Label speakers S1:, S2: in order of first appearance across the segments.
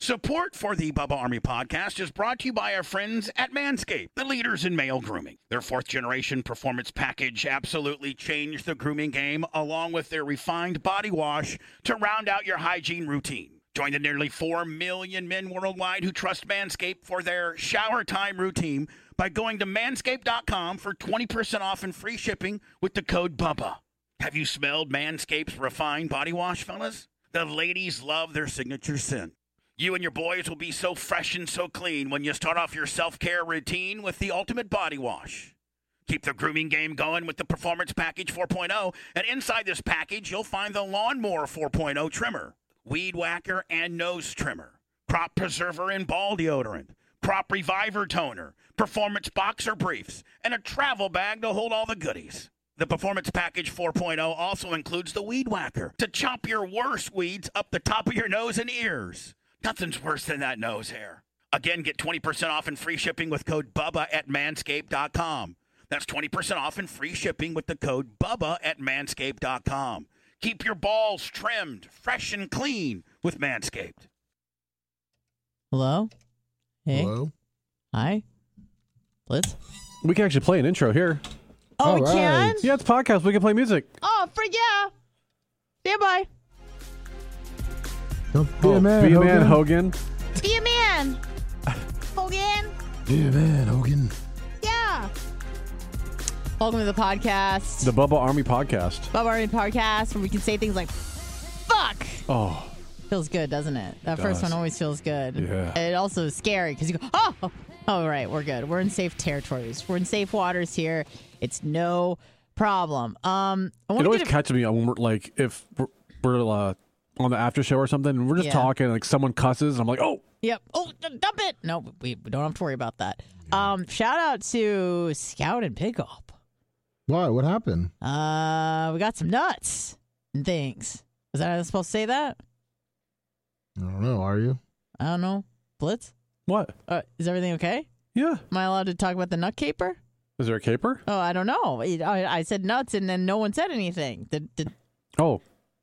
S1: Support for the Bubba Army podcast is brought to you by our friends at Manscaped, the leaders in male grooming. Their fourth generation performance package absolutely changed the grooming game, along with their refined body wash to round out your hygiene routine. Join the nearly 4 million men worldwide who trust Manscaped for their shower time routine by going to manscaped.com for 20% off and free shipping with the code BUBBA. Have you smelled Manscaped's refined body wash, fellas? The ladies love their signature scent. You and your boys will be so fresh and so clean when you start off your self care routine with the ultimate body wash. Keep the grooming game going with the Performance Package 4.0, and inside this package, you'll find the Lawnmower 4.0 trimmer, Weed Whacker and Nose Trimmer, Crop Preserver and Ball Deodorant, Crop Reviver Toner, Performance Boxer Briefs, and a travel bag to hold all the goodies. The Performance Package 4.0 also includes the Weed Whacker to chop your worst weeds up the top of your nose and ears. Nothing's worse than that nose hair. Again, get 20% off and free shipping with code BUBBA at manscaped.com. That's 20% off and free shipping with the code BUBBA at manscaped.com. Keep your balls trimmed, fresh, and clean with Manscaped.
S2: Hello? Hey.
S3: Hello?
S2: Hi. Blitz?
S4: We can actually play an intro here.
S2: Oh,
S3: All
S2: we
S3: right.
S2: can?
S4: Yeah, it's a podcast. We can play music.
S2: Oh, for yeah. Stand by.
S3: Don't be a man,
S4: Oh, Be a man,
S3: Hogan.
S4: Hogan.
S2: Be a man. Hogan.
S3: Be a man, Hogan.
S2: Yeah. Welcome to the podcast.
S4: The Bubba Army podcast.
S2: Bob Army podcast, where we can say things like, fuck.
S4: Oh,
S2: Feels good, doesn't it? That first
S4: does.
S2: one always feels good.
S4: Yeah.
S2: It also is scary because you go, oh, all right, we're good. We're in safe territories. We're in safe waters here. It's no problem. Um, I
S4: it
S2: want to
S4: always
S2: get a-
S4: catches me when we're like if we're, we're uh, on the after show or something, and we're just
S2: Yeah.
S4: talking, like someone cusses, and I'm like, oh,
S2: Yep. Oh, d- dump it. No, we, we don't have to worry about that. Um, shout out to Scout and Big Op.
S3: Why? What happened?
S2: Uh, we got some nuts and things. Is that how I'm supposed to say that?
S3: I don't know. Are you?
S2: I don't know. Blitz.
S4: what?
S2: Uh, is everything okay?
S4: Yeah.
S2: Am I allowed to talk about the nut caper?
S4: Is there a caper?
S2: Oh, I don't know. It- I, I said nuts, and then no one said anything. Did, did
S4: Oh,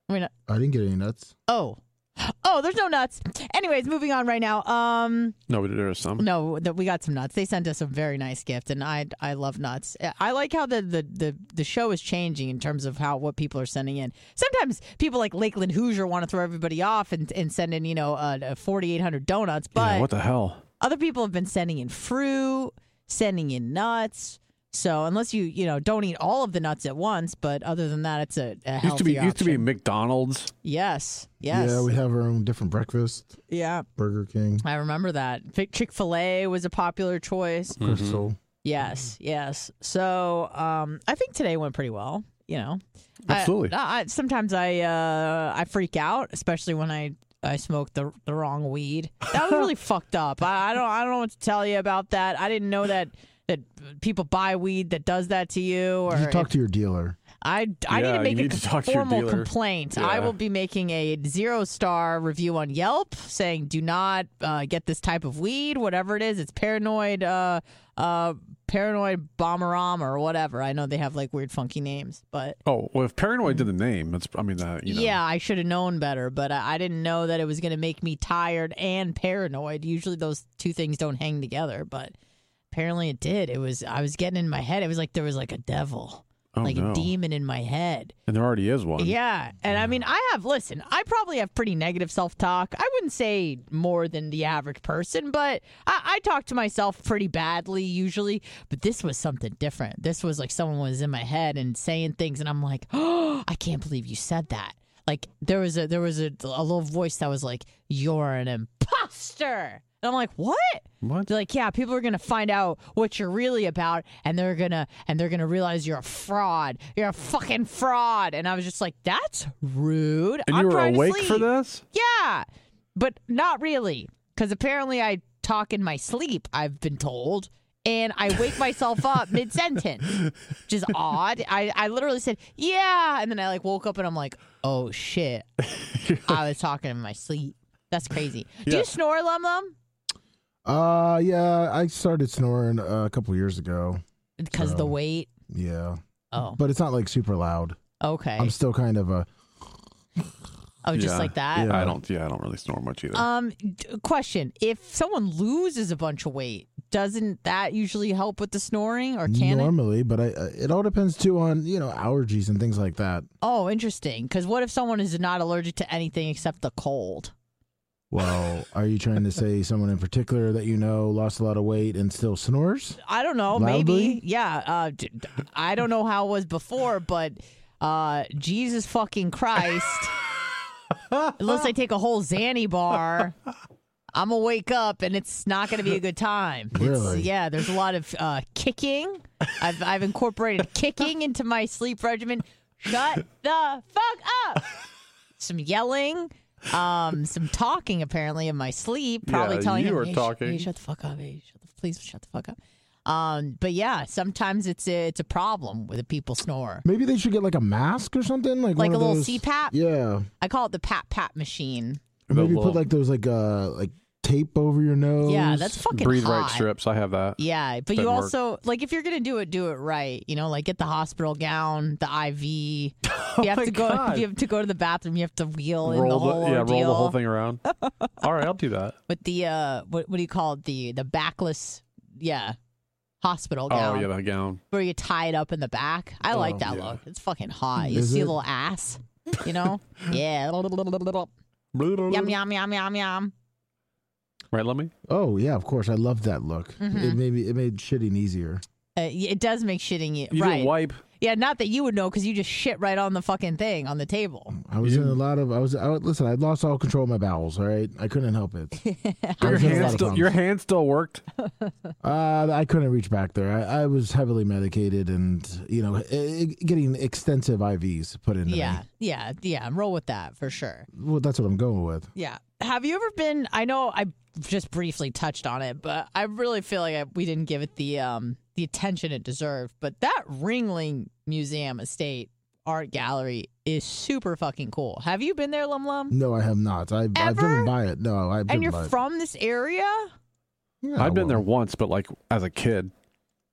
S2: I mean?
S3: I didn't get any nuts.
S2: Oh, oh, there's no nuts. Anyways, moving on right now. Um.
S4: no, but there is some.
S2: No, that we got some nuts. They sent us a very nice gift, and I I love nuts. I like how the, the the the show is changing in terms of how what people are sending in. Sometimes people like Lakeland Hoosier want to throw everybody off and and send in you know uh, forty eight hundred donuts, but
S4: yeah, what the hell?
S2: other people have been sending in fruit, sending in nuts. So unless you you know don't eat all of the nuts at once, but other than that, it's a, a healthy
S4: Used to be used to be
S2: option.
S4: McDonald's.
S2: Yes, yes,
S3: Yeah, we have our own different breakfast.
S2: yeah.
S3: Burger King,
S2: I remember that. Chick fil A was a popular choice.
S4: Mm-hmm.
S3: Crystal.
S2: Yes, yes. So um, I think today went pretty well. You know, I-
S4: Absolutely.
S2: I, I, sometimes I uh, I freak out, especially when I I smoke the the wrong weed. That was really fucked up. I, I don't I don't know what to tell you about that. I didn't know that that people buy weed that does that to you. Or
S3: Did you talk to your dealer?
S2: I I need
S4: Yeah,
S2: to
S4: you
S2: make
S4: need
S2: a
S4: to talk to your
S2: formal
S4: dealer.
S2: complaint. I
S4: Yeah.
S2: will be making a zero star review on Yelp saying do not uh, get this type of weed, whatever it is. It's paranoid, uh, uh, paranoid bomberam or whatever. I know they have like weird funky names, but
S4: Oh, well, if Paranoid did the name, that's I mean, uh, you know.
S2: Mm. yeah, I should have known better. But I, I didn't know that it was going to make me tired and paranoid. Usually those two things don't hang together, but apparently it did. It was I was getting in my head. It was like there was like a devil.
S4: Oh,
S2: like
S4: no.
S2: a demon in my head.
S4: And there already is one.
S2: Yeah. And I mean, I have, listen, I probably have pretty negative self talk. I wouldn't say more than the average person, but I, I talk to myself pretty badly usually. But this was something different. This was like someone was in my head and saying things, and I'm like, oh, I can't believe you said that. Like there was a there was a, a little voice that was like, "You're an imposter," and I'm like, "What?"
S4: What?
S2: They're like, yeah, people are gonna find out what you're really about, and they're gonna and they're gonna realize you're a fraud. You're a fucking fraud. And I was just like, that's rude.
S4: And
S2: I'm
S4: you were
S2: trying to
S4: awake for
S2: sleep."
S4: this?
S2: Yeah, but not really, because apparently I talk in my sleep. I've been told. And I wake myself up mid sentence, which is odd. I, I literally said, yeah. And then I like woke up and I'm like, oh shit. I was talking in my sleep. That's crazy. Do
S4: Yeah.
S2: you snore, Lum Lum?
S3: Uh, yeah, I started snoring uh, a couple years ago.
S2: Because the
S3: So-
S2: weight.
S3: Yeah,
S2: Oh,
S3: but it's not like super loud.
S2: okay.
S3: I'm still kind of a
S2: oh, just
S4: Yeah,
S2: like that.
S4: I don't. Yeah, I don't really snore much either.
S2: Um, d- question: If someone loses a bunch of weight, doesn't that usually help with the snoring, or can it?
S3: normally, but I uh, it all depends too on you know allergies and things like that.
S2: Oh, interesting. Because what if someone is not allergic to anything except the cold?
S3: Well, are you trying to say someone in particular that you know lost a lot of weight and still snores?
S2: I don't know. Maybe.
S3: Loudly?
S2: Yeah. Uh, d- d- I don't know how it was before, but uh, Jesus fucking Christ. Unless I take a whole Zanny bar, I'm going to wake up and it's not going to be a good time. It's-
S3: Really?
S2: yeah. There's a lot of uh, kicking. I've, I've incorporated kicking into my sleep regimen. Shut the fuck up. Some yelling. Um, some talking apparently in my sleep, probably
S4: Yeah,
S2: telling
S4: you
S2: him,
S4: were
S2: "Hey, sh-
S4: talking.
S2: hey, shut the fuck up. Hey, shut the, please shut the fuck up. Um, but yeah, sometimes it's a, it's a problem with the people snore.
S3: Maybe they should get like a mask or something, like
S2: Like a
S3: one of
S2: little
S3: those-
S2: CPAP?
S3: Yeah,
S2: I call it the pat pat machine.
S4: The
S3: maybe
S4: little
S3: put like those like uh like tape over your nose.
S2: Yeah, that's fucking
S4: breathe
S2: hot.
S4: right strips. I have that.
S2: Yeah, but you
S4: Doesn't work.
S2: also like if you're gonna do it, do it right. You know, like get the hospital gown, the IV. you have
S4: Oh my
S2: to go.
S4: God.
S2: You have to go to the bathroom. You have to wheel in the
S4: roll
S2: whole
S4: yeah, roll the whole
S2: ordeal
S4: thing around. All right, I'll do that.
S2: with the uh, what what do you call it? The the backless, yeah, hospital gown.
S4: Oh yeah, the gown.
S2: where you tie it up in the back. I like that
S4: yeah.
S2: look. It's fucking hot. You
S3: Is
S2: see a
S3: it?
S2: little ass, you know? yeah. yum, yum, yum, yum, yum.
S4: Right, let me.
S3: Oh yeah, of course. I love that look.
S2: Mm-hmm.
S3: It made me, it made shitting easier.
S2: Uh, y- it does make shitting you.
S4: You
S2: right.
S4: didn't wipe.
S2: Yeah, not that you would know because you just shit right on the fucking thing on the table.
S4: Mm,
S3: I was in a lot of I was I, listen. I lost all control of my bowels. All right, I couldn't help it. I
S4: Your
S3: was in a
S4: hand
S3: lot of
S4: still.
S3: problems.
S4: Your hand still worked.
S3: Uh, I couldn't reach back there. I, I was heavily medicated, and you know, i i- getting extensive IVs put into
S2: Yeah,
S3: me.
S2: yeah, yeah. Roll with that for sure.
S3: Well, that's what I'm going with.
S2: Yeah. Have you ever been? I know I just briefly touched on it, but I really feel like I, we didn't give it the um the attention it deserved. But that Ringling Museum Estate Art Gallery is super fucking cool. Have you been there, Lum Lum?
S3: No, I have not. I, I've
S2: Ever?
S3: driven by it. No, I've driven
S2: And you're
S3: by
S2: from this area?
S3: it. Yeah,
S4: I've been there
S3: well,
S4: once, but like as a kid.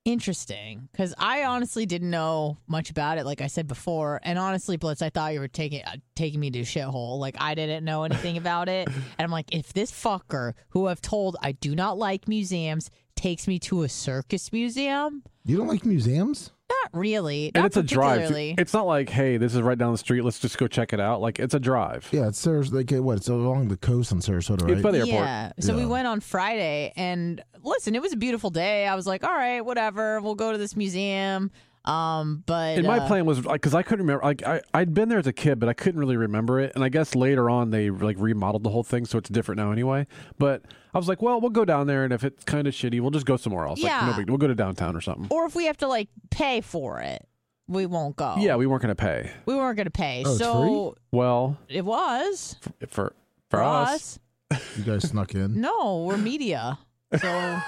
S2: Interesting, because I honestly didn't know much about it, like I said before. And honestly, Blitz, I thought you were taking uh, taking me to a shithole. Like I didn't know anything about it, and I'm like, if this fucker, who I've told I do not like museums, takes me to a circus museum,
S3: You don't like museums?
S2: not really,
S4: and
S2: not
S4: it's a drive.
S2: particularly.
S4: It's not like, hey, this is right down the street. Let's just go check it out. Like it's a drive.
S3: Yeah, it's Saras- like uh, what? It's along the coast in Sarasota, right?
S4: It's by the airport.
S2: Yeah. So we
S3: Yeah.
S2: went on Friday, and listen, it was a beautiful day. I was like, all right, whatever, we'll go to this museum. Um, but
S4: And my
S2: uh,
S4: plan was like because I couldn't remember. Like I, I'd been there as a kid, but I couldn't really remember it. And I guess later on they like remodeled the whole thing, so it's different now anyway. But I was like, well, we'll go down there, and if it's kind of shitty, we'll just go somewhere else. Like,
S2: Yeah.
S4: no big, we'll go to downtown or something.
S2: or if we have to like pay for it, we won't go.
S4: Yeah, we weren't gonna pay.
S2: we weren't gonna pay.
S3: Oh, it's
S2: so
S4: Well,
S2: it was
S4: f- for for, us,
S3: You guys snuck in.
S2: No, we're media, so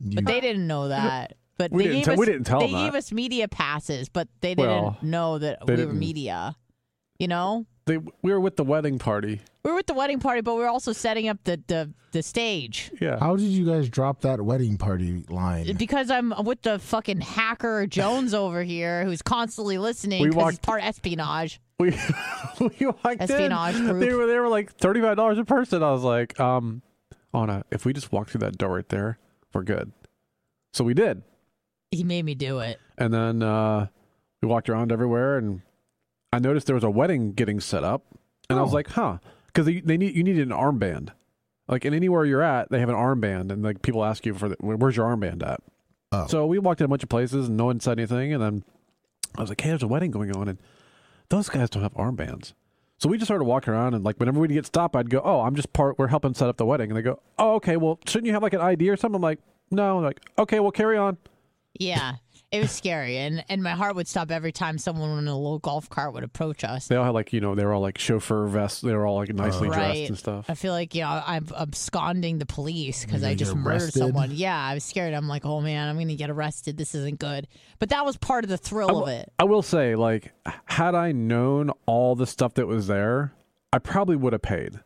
S3: You-
S2: they didn't know that. But
S4: We
S2: they
S4: didn't
S2: gave
S4: te-
S2: us,
S4: we didn't tell
S2: They
S4: them that.
S2: gave us media passes, but they didn't
S4: Well,
S2: know that we
S4: they
S2: were
S4: didn't-
S2: media. You know,
S4: they we were with the wedding party.
S2: we were at the wedding party, but we were also setting up the the, the stage.
S4: Yeah.
S3: How did you guys drop that wedding party line?
S2: Because I'm with the fucking hacker Jones over here, who's constantly listening.
S4: We
S2: 'cause he's
S4: walked-
S2: part espionage.
S4: we we walked
S2: Espionage
S4: in.
S2: group.
S4: They were they were like thirty five dollars a person. I was like, um, Anna, if we just walk through that door right there, we're good. So we did,
S2: He made me do it.
S4: and then uh, We walked around everywhere, and I noticed there was a wedding getting set up, and I was like, huh, because they, they need you need an armband. Like, and anywhere you're at, they have an armband, and like people ask you for the, where's your armband at.
S1: Oh.
S4: So we walked in a bunch of places, and no one said anything, and then I was like, hey, there's a wedding going on, and those guys don't have armbands. So we just started walking around, and like whenever we'd get stopped, I'd go, "Oh, I'm just part. We're helping set up the wedding." And they go, "Oh, okay. Well, shouldn't you have like an ID or something?" I'm like, "No." I'm like, "Okay, well, carry on."
S2: Yeah. It was scary, and, and my heart would stop every time someone in a little golf cart would approach us.
S4: They all had like you know they were all like chauffeur vests. They were all like nicely dressed and stuff.
S2: I feel like you know I'm absconding the police because I
S3: gonna
S2: just
S3: get
S2: murdered
S3: arrested?
S2: someone. Yeah, I was scared. I'm like, oh man, I'm gonna get arrested. This isn't good. But that was part of the thrill of it.
S4: I will say, like, had I known all the stuff that was there, I probably would have paid.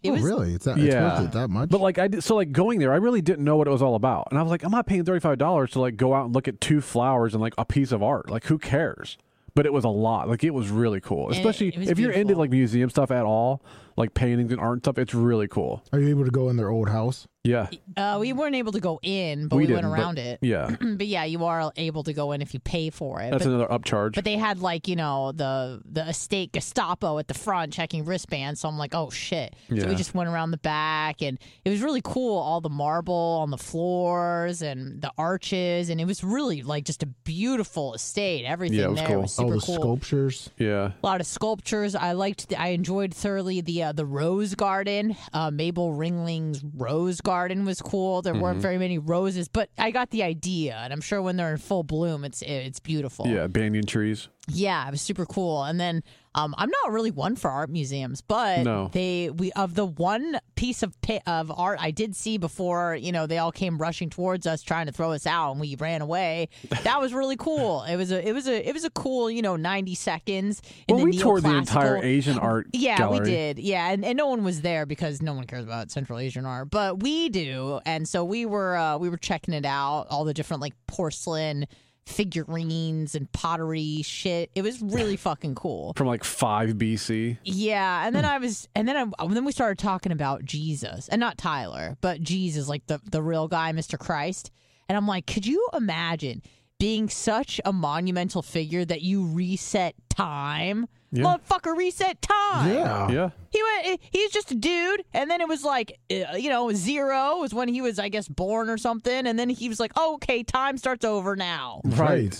S2: It
S3: oh,
S2: was
S3: really? It's, that, it's
S4: Yeah.
S3: worth it that much?
S4: But like, I did, so like going there, I really didn't know what it was all about, and I was like, I'm not paying thirty five dollars to like go out and look at two flowers and like a piece of art. Like, who cares? But it was a lot. Like, it was really cool,
S2: it-
S4: especially
S2: it was
S4: if you're into
S2: beautiful.
S4: like museum stuff at all, like paintings and art and stuff. It's really cool.
S3: Are you able to go in their old house?
S4: Yeah,
S2: uh, we weren't able to go in, but we, went
S4: didn't, but-
S2: around it.
S4: Yeah,
S2: but yeah, you are able to go in if you pay for it.
S4: that's
S2: But,
S4: another upcharge.
S2: but they had like you know the the estate Gestapo at the front checking wristbands. So I'm like, oh shit. So we
S4: Yeah.
S2: just went around the back, and it was really cool. All the marble on the floors and the arches, and it was really like just a beautiful estate. Everything
S4: Yeah, it was
S2: there
S4: cool.
S2: was
S3: All
S2: super
S3: the
S2: cool.
S3: sculptures.
S4: yeah,
S2: A lot of sculptures. I liked. The, I enjoyed thoroughly the uh, the rose garden. Uh, Mabel Ringling's rose garden was cool. There
S4: Mm-hmm.
S2: weren't very many roses, but I got the idea, and I'm sure when they're in full bloom, it's it's beautiful.
S4: yeah, banyan trees.
S2: Yeah, it was super cool. And then um, I'm not really one for art museums, but
S4: No.
S2: they we of the one piece of pi- of art I did see before you know they all came rushing towards us trying to throw us out and we ran away. That was really cool. It was a it was a it was a cool you know 90 seconds. In
S4: well,
S2: the
S4: we toured the entire
S2: neoclassical-
S4: Asian art.
S2: yeah,
S4: gallery.
S2: we did. Yeah, and, and no one was there because no one cares about Central Asian art, but we do. And so we were uh, we were checking it out, all the different like porcelain figurines and pottery shit. It was really fucking cool.
S4: from like five BC.
S2: Yeah, and then I was, and then I, and then we started talking about Jesus, and not Tyler, but Jesus, like the the real guy, Mr. Christ. And I'm like, could you imagine being such a monumental figure that you reset time? Motherfucker, reset time.
S3: Yeah.
S4: Yeah.
S2: He went. eh, He's just a dude, and then it was like, uh, you know, zero was when he was, I guess, born or something, and then he was like, oh, okay, time starts over now.
S3: Right.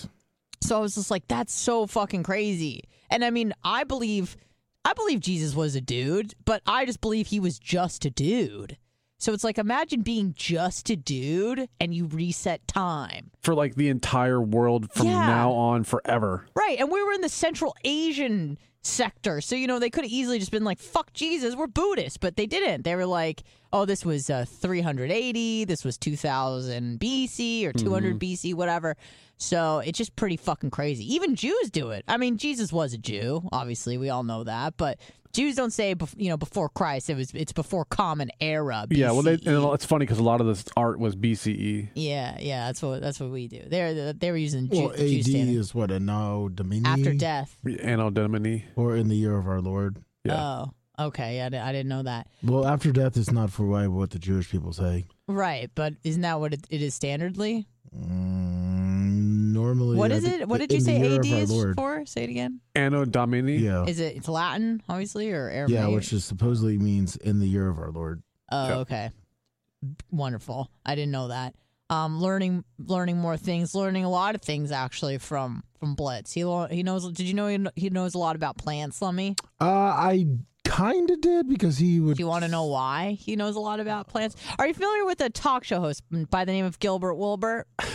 S2: So I was just like, that's so fucking crazy. And I mean, I believe, I believe Jesus was a dude, but I just believe he was just a dude. So it's like, imagine being just a dude and you reset time.
S4: For like the entire world from
S2: Yeah.
S4: now on forever.
S2: Right. And we were in the Central Asian sector. So, you know, they could have easily just been like, fuck Jesus, we're Buddhists. But they didn't. They were like, oh, this was uh, 380, this was 2000 BC or
S4: Mm-hmm.
S2: 200 BC, whatever. So it's just pretty fucking crazy. Even Jews do it. I mean, Jesus was a Jew. Obviously, we all know that. But. Jews don't say, bef- you know, before Christ. It was, it's before Common Era.
S4: Yeah, well, they,
S2: BCE.
S4: and it's funny because a lot of this art was BCE.
S2: yeah, yeah. That's what that's what we do. They're they were using Jew,
S3: Well,
S2: Jew
S3: AD
S2: standard.
S3: is what, a now domini?
S2: after death.
S4: E, Anno Domini.
S3: Or in the year of our Lord.
S2: Oh, okay. I, di- I didn't know that.
S3: Well, after death is not for why- what the Jewish people say.
S2: Right, but isn't that what it, it is standardly?
S3: Mm, normally.
S2: What
S3: I
S2: is
S3: think
S2: it? What did
S3: in
S2: you
S3: the
S2: say
S3: year
S2: AD
S3: of our
S2: is
S3: Lord.
S2: for? Say it again.
S4: Anno Domini.
S3: Yeah.
S2: Is it it's Latin, obviously, or Aramaic?
S3: Yeah, which is supposedly means in the year of our Lord.
S2: Oh,
S4: Yeah.
S2: okay. Wonderful. I didn't know that. Um, learning learning more things, learning a lot of things actually from from Blitz. He lo- he knows. Did you know he, kn- he knows a lot about plants, Lummy?
S3: Uh, I kind of did because he would.
S2: Do you want to know why he knows a lot about plants? Are you familiar with a talk show host by the name of Gilbert Wilbert?
S3: Oh,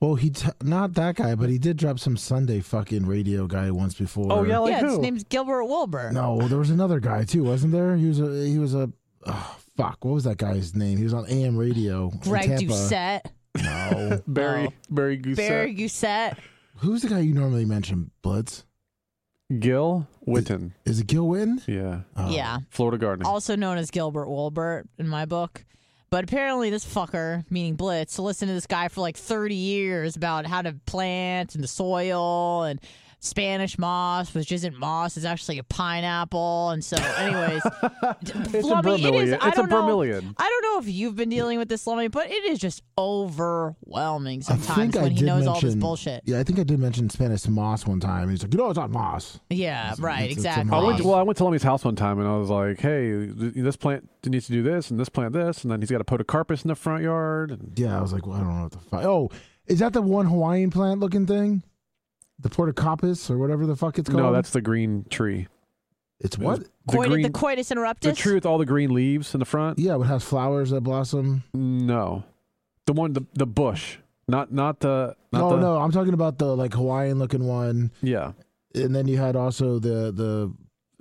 S3: Well, he t- not that guy, but he did drop some Sunday fucking radio guy once before.
S4: Oh yeah, like
S2: yeah, his
S4: who?
S2: name's Gilbert Wilbur.
S3: No, well, there was another guy too, wasn't there? He was a he was a oh, fuck. What was that guy's name? He was on AM radio. in
S2: Greg
S3: Tampa.
S2: Doucette.
S3: No.
S4: Barry
S2: Oh.
S4: Barry Goose.
S2: Barry Gousset.
S3: Who's the guy you normally mention? Blitz.
S4: Gil Witten.
S3: Is it Gil Wynn?
S4: Yeah.
S3: Oh.
S2: Yeah.
S4: Florida Gardening.
S2: Also known as Gilbert Wilbert in my book. But apparently, this fucker, meaning Blitz, listened to this guy for like 30 years about how to plant and the soil and Spanish moss, which isn't moss, it's actually a pineapple. And so, anyways,
S4: it's a
S2: Flummy, it is-
S4: bromeliad.
S2: I
S4: It's a
S2: don't know-
S4: bromeliad.
S2: I don't know if you've been dealing with this long, but it is just overwhelming sometimes
S3: I
S2: when he
S3: did
S2: knows all this
S3: mention-
S2: bullshit.
S3: Yeah, I think I did mention Spanish moss one time. He's like, you know, it's not moss.
S2: Yeah, right,
S3: it's- it's
S2: exactly.
S4: I
S3: amazing.
S4: went, well, I went to Lemmy's house one time and I was like, hey, th- this plant needs to do this and this plant this. And then he's got a podocarpus in the front yard. And
S3: Yeah, I was like, well, I don't know what the fuck. Oh, is that the one Hawaiian plant looking thing? The portocopis or whatever the fuck it's called.
S4: no, that's the green tree.
S3: it's what?
S4: The
S2: Coitus-
S4: green,
S2: the coitus interruptus.
S4: the tree with all the green leaves in the front.
S3: Yeah, it has flowers that blossom.
S4: No, the one the the bush, not not the. Not
S3: No,
S4: the,
S3: no, I'm talking about the like Hawaiian looking one.
S4: Yeah,
S3: And then you had also the the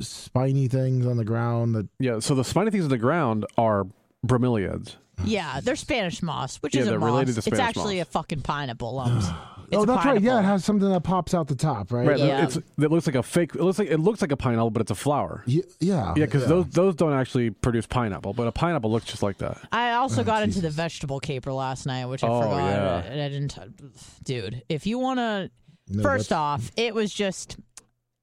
S3: spiny things on the ground that
S4: yeah. So the spiny things on the ground are bromeliads.
S2: Yeah, they're Spanish moss, which
S4: Yeah,
S2: isn't
S4: they're
S2: moss.
S4: related to
S2: it's
S4: Spanish
S2: actually
S4: moss.
S2: a fucking pineapple. Lumps. It's
S3: Oh,
S2: a
S3: that's right.
S2: pineapple.
S3: Yeah, it has something that pops out the top, right?
S4: Right.
S3: Yeah.
S2: Yeah.
S4: It's it looks like a fake. It looks like it looks like a pineapple, but it's a flower.
S3: Y- Yeah,
S4: Yeah, because those those don't actually produce pineapple, but a pineapple looks just like that.
S2: I also
S3: Oh,
S2: got into the
S3: Jesus.
S2: vegetable caper last night, which I
S4: Oh,
S2: forgot.
S4: yeah.
S2: And I didn't, dude. If you want to,
S3: No,
S2: first
S3: that's-
S2: off, it was just,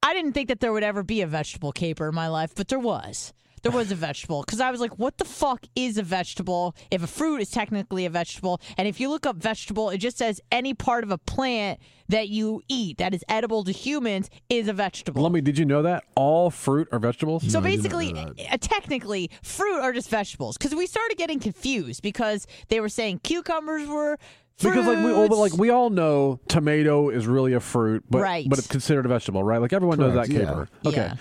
S2: I didn't think that there would ever be a vegetable caper in my life, but there was. There was a vegetable because I was like, what the fuck is a vegetable? If a fruit is technically a vegetable, and if you look up vegetable, it just says any part of a plant that you eat that is edible to humans is a vegetable.
S4: Lummy, did you know that all fruit are vegetables?
S2: So
S3: No, I did not
S2: basically,
S3: know
S2: uh, technically, fruit are just vegetables because we started getting confused because they were saying cucumbers were fruits.
S4: Because like we all like we all know tomato is really a fruit, but
S2: Right.
S4: but it's considered a vegetable, right? Like everyone knows
S3: Correct,
S4: that
S3: yeah.
S4: caper. Okay.
S2: Yeah.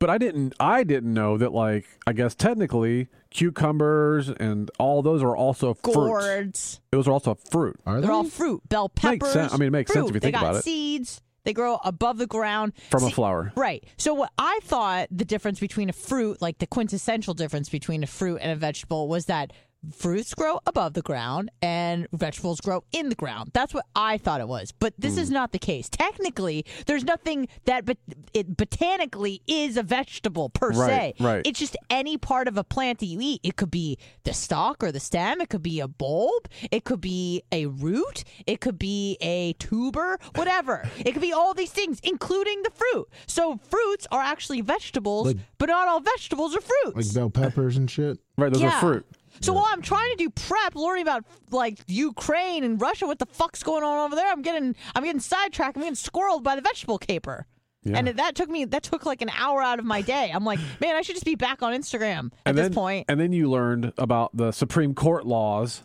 S4: But I didn't I didn't know that like I guess technically cucumbers and all those are also fruits.
S2: gourds.
S4: Those are also fruit.
S3: Are
S2: They're
S3: they?
S2: all fruit. Bell peppers.
S4: Makes sense. I mean, it makes sense if
S2: fruit.
S4: you think
S2: they got
S4: about it.
S2: Seeds. They grow above the ground
S4: From a
S2: See-
S4: flower.
S2: Right. So what I thought the difference between a fruit, like the quintessential difference between a fruit and a vegetable, was that fruits grow above the ground and vegetables grow in the ground. That's what I thought it was. But this
S4: Hmm.
S2: is not the case. Technically, there's nothing that but it botanically is a vegetable per se.
S4: Right, right.
S2: It's just any part of a plant that you eat. It could be the stalk or the stem, it could be a bulb, it could be a root, it could be a tuber, whatever. it could be all these things including the fruit. So fruits are actually vegetables,
S3: Like-
S2: but not all vegetables are fruits.
S3: like bell peppers and shit.
S4: Right, those
S2: Yeah.
S4: are fruit.
S2: So while I'm trying to do prep, learning about like Ukraine and Russia, what the fuck's going on over there? I'm getting I'm getting sidetracked. I'm getting squirreled by the vegetable caper. And that took me that took like an hour out of my day. I'm like, man, I should just be back on Instagram at
S4: and
S2: this
S4: then,
S2: point.
S4: And then you learned about the Supreme Court laws.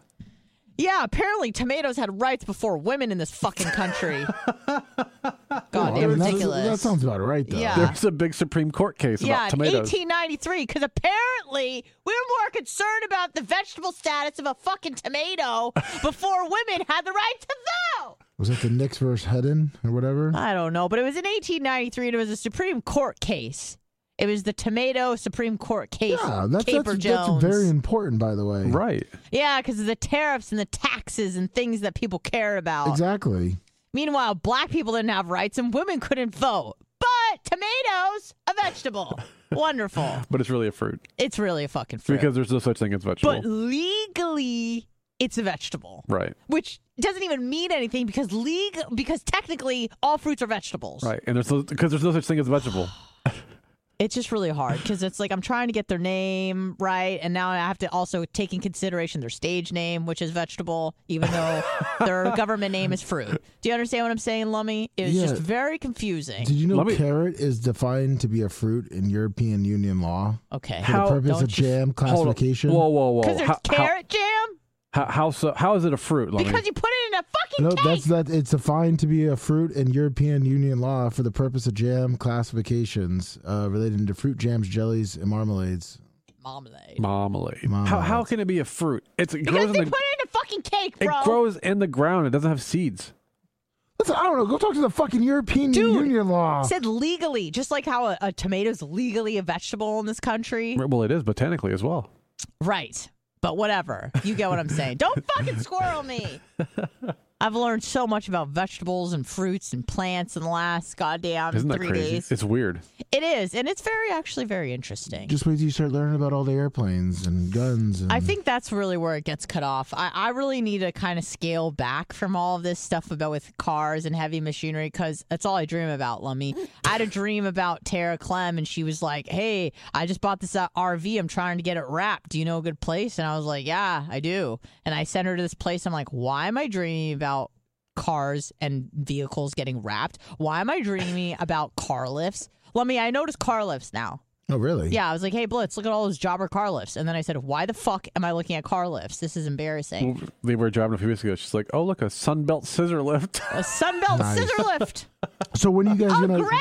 S2: yeah, apparently tomatoes had rights before women in this fucking country. God,
S3: I
S2: damn
S3: mean, that's-
S2: Oh, ridiculous.
S3: That sounds about right, though.
S2: Yeah.
S4: There's a big Supreme Court case
S2: Uh. yeah,
S4: about
S2: in
S4: tomatoes.
S2: 1893, because apparently we were more concerned about the vegetable status of a fucking tomato before women had the right to vote.
S3: Was that the Knicks versus Hedden or whatever?
S2: I don't know, but it was in 1893 and it was a Supreme Court case. It was the tomato Supreme Court case.
S3: Yeah, that's
S2: Caper
S3: that's,
S2: Jones.
S3: that's very important, by the way.
S4: Right.
S2: Yeah, because of the tariffs and the taxes and things that people cared about.
S4: Uh,
S3: Exactly.
S2: Meanwhile, black people didn't have rights and women couldn't vote. But tomatoes, a vegetable. Wonderful.
S4: But it's really a fruit.
S2: It's really a fucking fruit.
S4: Because there's no such thing as vegetable.
S2: but legally, it's a vegetable,
S4: right.
S2: which doesn't even mean anything because legal because technically all fruits are vegetables.
S4: Right. And there's because there's no such thing as vegetable.
S2: It's just really hard because it's like I'm trying to get their name right, and now I have to also take in consideration their stage name, which is vegetable, even though their government name is fruit. Do you understand what I'm saying, Lummy? It was just
S3: Yeah.
S2: very confusing.
S3: Did you know
S4: Let me-
S3: carrot is defined to be a fruit in European Union law
S2: okay.
S3: for
S4: How-
S3: the purpose
S2: don't
S3: of
S2: you-
S3: jam
S4: Hold on.
S3: classification?
S4: Whoa, whoa, whoa.
S2: Because there's
S4: How- how-
S2: carrot jam?
S4: How how so? How is it a fruit? Lummi?
S2: Because you put it in a fucking
S3: No,
S2: cake.
S3: that's that. It's defined to be a fruit in European Union law for the purpose of jam classifications uh, relating to fruit jams, jellies, and marmalades.
S2: Marmalade.
S4: marmalade.
S3: Marmalade.
S4: How how can it be a fruit? It's, it
S2: Because
S4: grows
S2: they
S4: in the
S2: put it in a fucking cake,
S4: it
S2: bro.
S4: grows in the ground. It doesn't have seeds.
S3: Listen, I don't know. Go talk to the fucking European
S2: Dude,
S3: Union law.
S2: Said legally, just like how a, a tomato's legally a vegetable in this country.
S4: Well, it is botanically as well.
S2: Right. But whatever. You get what I'm saying. Don't fucking squirrel me. I've learned so much about vegetables and fruits and plants in the last goddamn
S4: Isn't that
S2: three
S4: crazy?
S2: days.
S4: It's weird.
S2: It is, and it's very actually very interesting.
S3: Just wait till you start learning about all the airplanes and guns. And
S2: I think that's really where it gets cut off. I, I really need to kind of scale back from all of this stuff about with cars and heavy machinery because that's all I dream about, Lummy. I had a dream about Tara Clem and she was like, "Hey, I just bought this uh, RV. I'm trying to get it wrapped. Do you know a good place?" And I was like, "Yeah, I do." And I sent her to this place. I'm like, "Why am I dreaming about?" Cars and vehicles getting wrapped. Why am I dreaming about car lifts? Lummy, I notice car lifts now.
S3: Oh, really?
S2: Yeah, I was like, hey, Blitz, look at all those jobber car lifts. And then I said, why the fuck am I looking at car lifts? This is embarrassing.
S4: We were driving a few weeks ago. She's like, "Oh, look, a Sunbelt scissor lift."
S2: A Sunbelt
S3: Nice.
S2: scissor lift.
S3: So when
S4: Oh,
S3: are you guys
S2: A
S3: gonna?
S2: grater.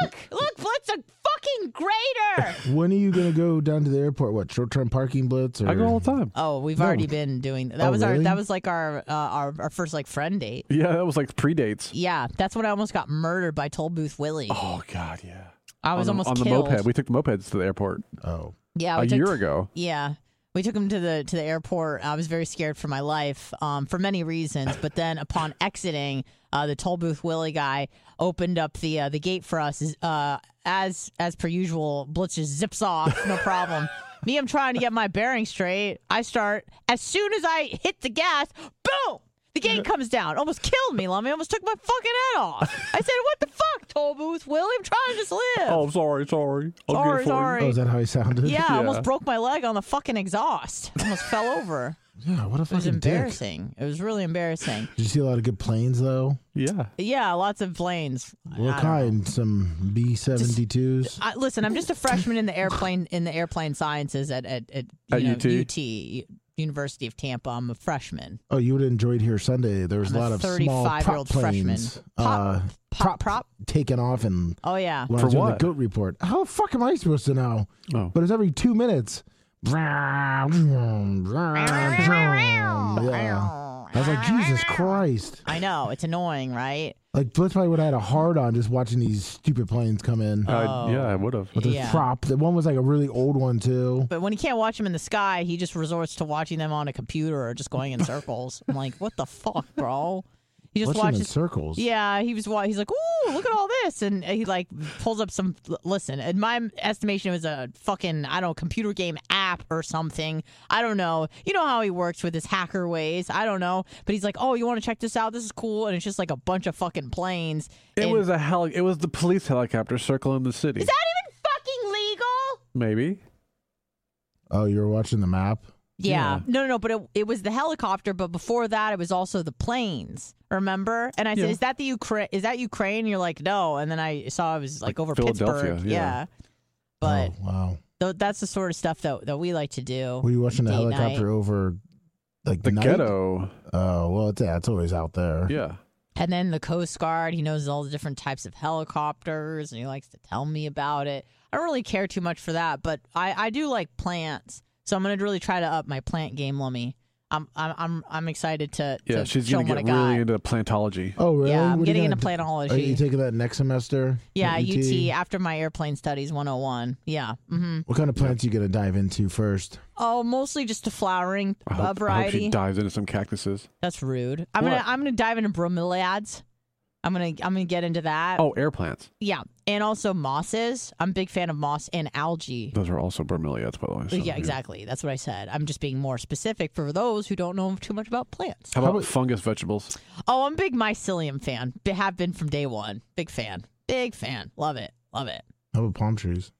S2: Look, look, Blitz, a fucking grater.
S3: When are you gonna go down to the airport? What short-term parking blitz? Or
S4: I go all the time.
S2: Oh, we've already been doing that.
S3: Oh,
S2: was our
S3: really?
S2: that was like our uh, our, our first like friend date.
S4: Yeah, that was like predates.
S2: Yeah, that's when I almost got murdered by Tollbooth Willie.
S4: Oh God, yeah.
S2: I was
S4: on, the-
S2: almost
S4: on the
S2: killed.
S4: moped. We took the mopeds to the airport
S3: Oh,
S2: yeah,
S4: a
S2: we took-
S4: year ago.
S2: Yeah. We took him to the to the airport. I was very scared for my life um, for many reasons. But then, upon exiting, uh, the toll booth Willie guy opened up the uh, the gate for us. Uh, as as per usual, Blitz just zips off, no problem. Me, I'm trying to get my bearing straight. I start as soon as I hit the gas. Boom! The gate comes down. Almost killed me, Lummy. Almost took my fucking head off. I said, "What the fuck, toll booth Willie? I'm trying to just live."
S4: Oh, sorry, sorry. I'll get
S2: sorry,
S4: it for you.
S2: sorry.
S3: oh, is that how he sounded?
S2: Yeah, I almost
S4: Yeah.
S2: broke my leg on the fucking exhaust. Almost fell over.
S3: Yeah. What a
S2: It was
S3: fucking dick. Did
S2: embarrassing. It was really embarrassing.
S3: you see a lot of good planes though?
S4: Yeah.
S2: Yeah, lots of planes.
S3: What
S2: I don't know.
S3: kind? Some B seventy twos.
S2: I, listen, I'm just a freshman in the airplane in the airplane sciences at at, at, you
S4: At
S2: know,
S4: UT?
S2: UT University of Tampa. I'm a freshman.
S3: Oh, you would have enjoyed here Sunday. There was
S2: I'm
S3: a lot of small
S2: 35 year
S3: prop
S2: old freshman.
S3: planes
S2: Pop,
S3: uh,
S2: pop, prop.
S3: taking off and
S2: Oh yeah.
S3: when I
S4: For
S3: was doing
S4: what?
S3: the goat report. How the fuck am I supposed to know?
S4: Oh.
S3: But it's every two minutes. Yeah. I was like, Jesus Christ.
S2: I know it's annoying, right?
S3: Like, that's probably what I had a hard on just watching these stupid planes come in.
S4: I, yeah, I
S2: Oh.
S4: would have.
S3: With the
S2: yeah.
S3: prop. The one was like a really old one, too.
S2: But when he can't watch them in the sky, he just resorts to watching them on a computer or just going in circles. I'm like, what the fuck, bro? He just
S3: Watching in
S2: watches.
S3: circles.
S2: Yeah, he was. wa- He's like, ooh, look at all this, and he like pulls up some. l- Listen, in my estimation, it was a fucking I don't know, computer game app or something. I don't know. You know how he works with his hacker ways. I don't know. But he's like, oh, you want to check this out? This is cool, and it's just like a bunch of fucking planes.
S4: It
S2: And-
S4: was a hel- It was the police helicopter circling the city.
S2: Is that even fucking legal?
S4: Maybe.
S3: Oh, you were watching the map?
S2: Yeah.
S4: Yeah.
S2: No, no, no. But it, it was the helicopter. But before that, it was also the planes. Remember? And I said,
S4: Yeah.
S2: "Is that the Ukraine? Is that Ukraine?" And you're like, "No." And then I saw it was like,
S4: Like
S2: over
S4: Philadelphia,
S2: Pittsburgh.
S4: yeah.
S2: But
S3: oh, wow.
S2: th- that's the sort of stuff that that we like to do.
S3: Were you watching the
S2: Day night.
S3: helicopter over like
S4: The
S3: night?
S4: ghetto.
S3: Oh, well, it's, yeah, it's always out there.
S4: Yeah.
S2: And then the Coast Guard, he knows all the different types of helicopters, and he likes to tell me about it. I don't really care too much for that, but I I do like plants, so I'm gonna really try to up my plant game, Lummy. I'm I'm I'm I'm excited to
S4: Yeah.
S2: to
S4: She's
S2: show
S4: gonna
S2: him
S4: get
S2: what I got.
S4: really into plantology.
S3: Oh, really?
S2: Yeah, I'm
S3: What are you
S2: getting
S3: gonna
S2: into
S3: do?
S2: planology.
S3: Are you taking that next semester?
S2: Yeah,
S3: at E
S2: UT, after my airplane studies 101. Yeah. hmm
S3: What kind of plants you gonna dive into first?
S2: Oh, mostly just a flowering
S4: I
S2: uh,
S4: hope, I hope she
S2: variety.
S4: dives into some cactuses.
S2: That's rude. I'm
S4: What?
S2: gonna I'm gonna dive into bromeliads. I'm gonna I'm gonna get into that.
S4: Oh, air plants.
S2: Yeah, and also mosses. I'm a big fan of moss and algae.
S4: Those are also bromeliads, by the way. so,
S2: yeah, exactly. That's what I said. I'm just being more specific for those who don't know too much about plants.
S4: How about fungus vegetables?
S2: Oh, I'm a big mycelium fan. B- Have been from day one. Big fan. Big fan. Love it. Love it.
S3: How about palm trees?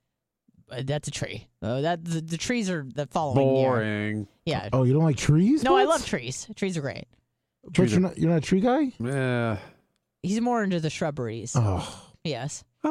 S2: Uh, that's a tree. Oh, that the, the trees are the following year.
S4: Boring.
S2: Yeah.
S3: Oh, you don't like trees?
S2: No, I
S3: Blitz?
S2: love trees. Trees are great.
S3: But
S4: Trees
S3: you're
S4: are-
S3: not, you're not a tree guy?
S4: Yeah.
S2: He's more into the shrubberies.
S3: Oh,
S2: Yes.
S4: I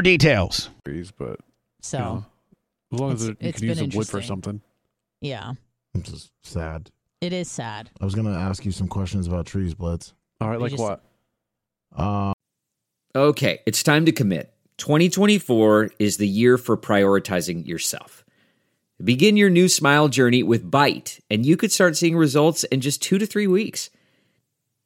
S1: details.
S4: trees, but
S2: So
S4: you know, as long as
S2: It's-
S4: it, you
S2: it's
S4: can use
S2: been
S4: some wood for
S2: interesting.
S4: something.
S2: yeah,
S3: I'm just sad.
S2: it is sad.
S3: I was gonna ask you some questions about trees, Blitz.
S4: All right,
S2: We
S4: like
S2: just-
S4: what?
S3: Uh,
S5: Okay, it's time to commit. 2024 is the year for prioritizing yourself. Begin your new smile journey with Bite, and you could start seeing results in just two to three weeks.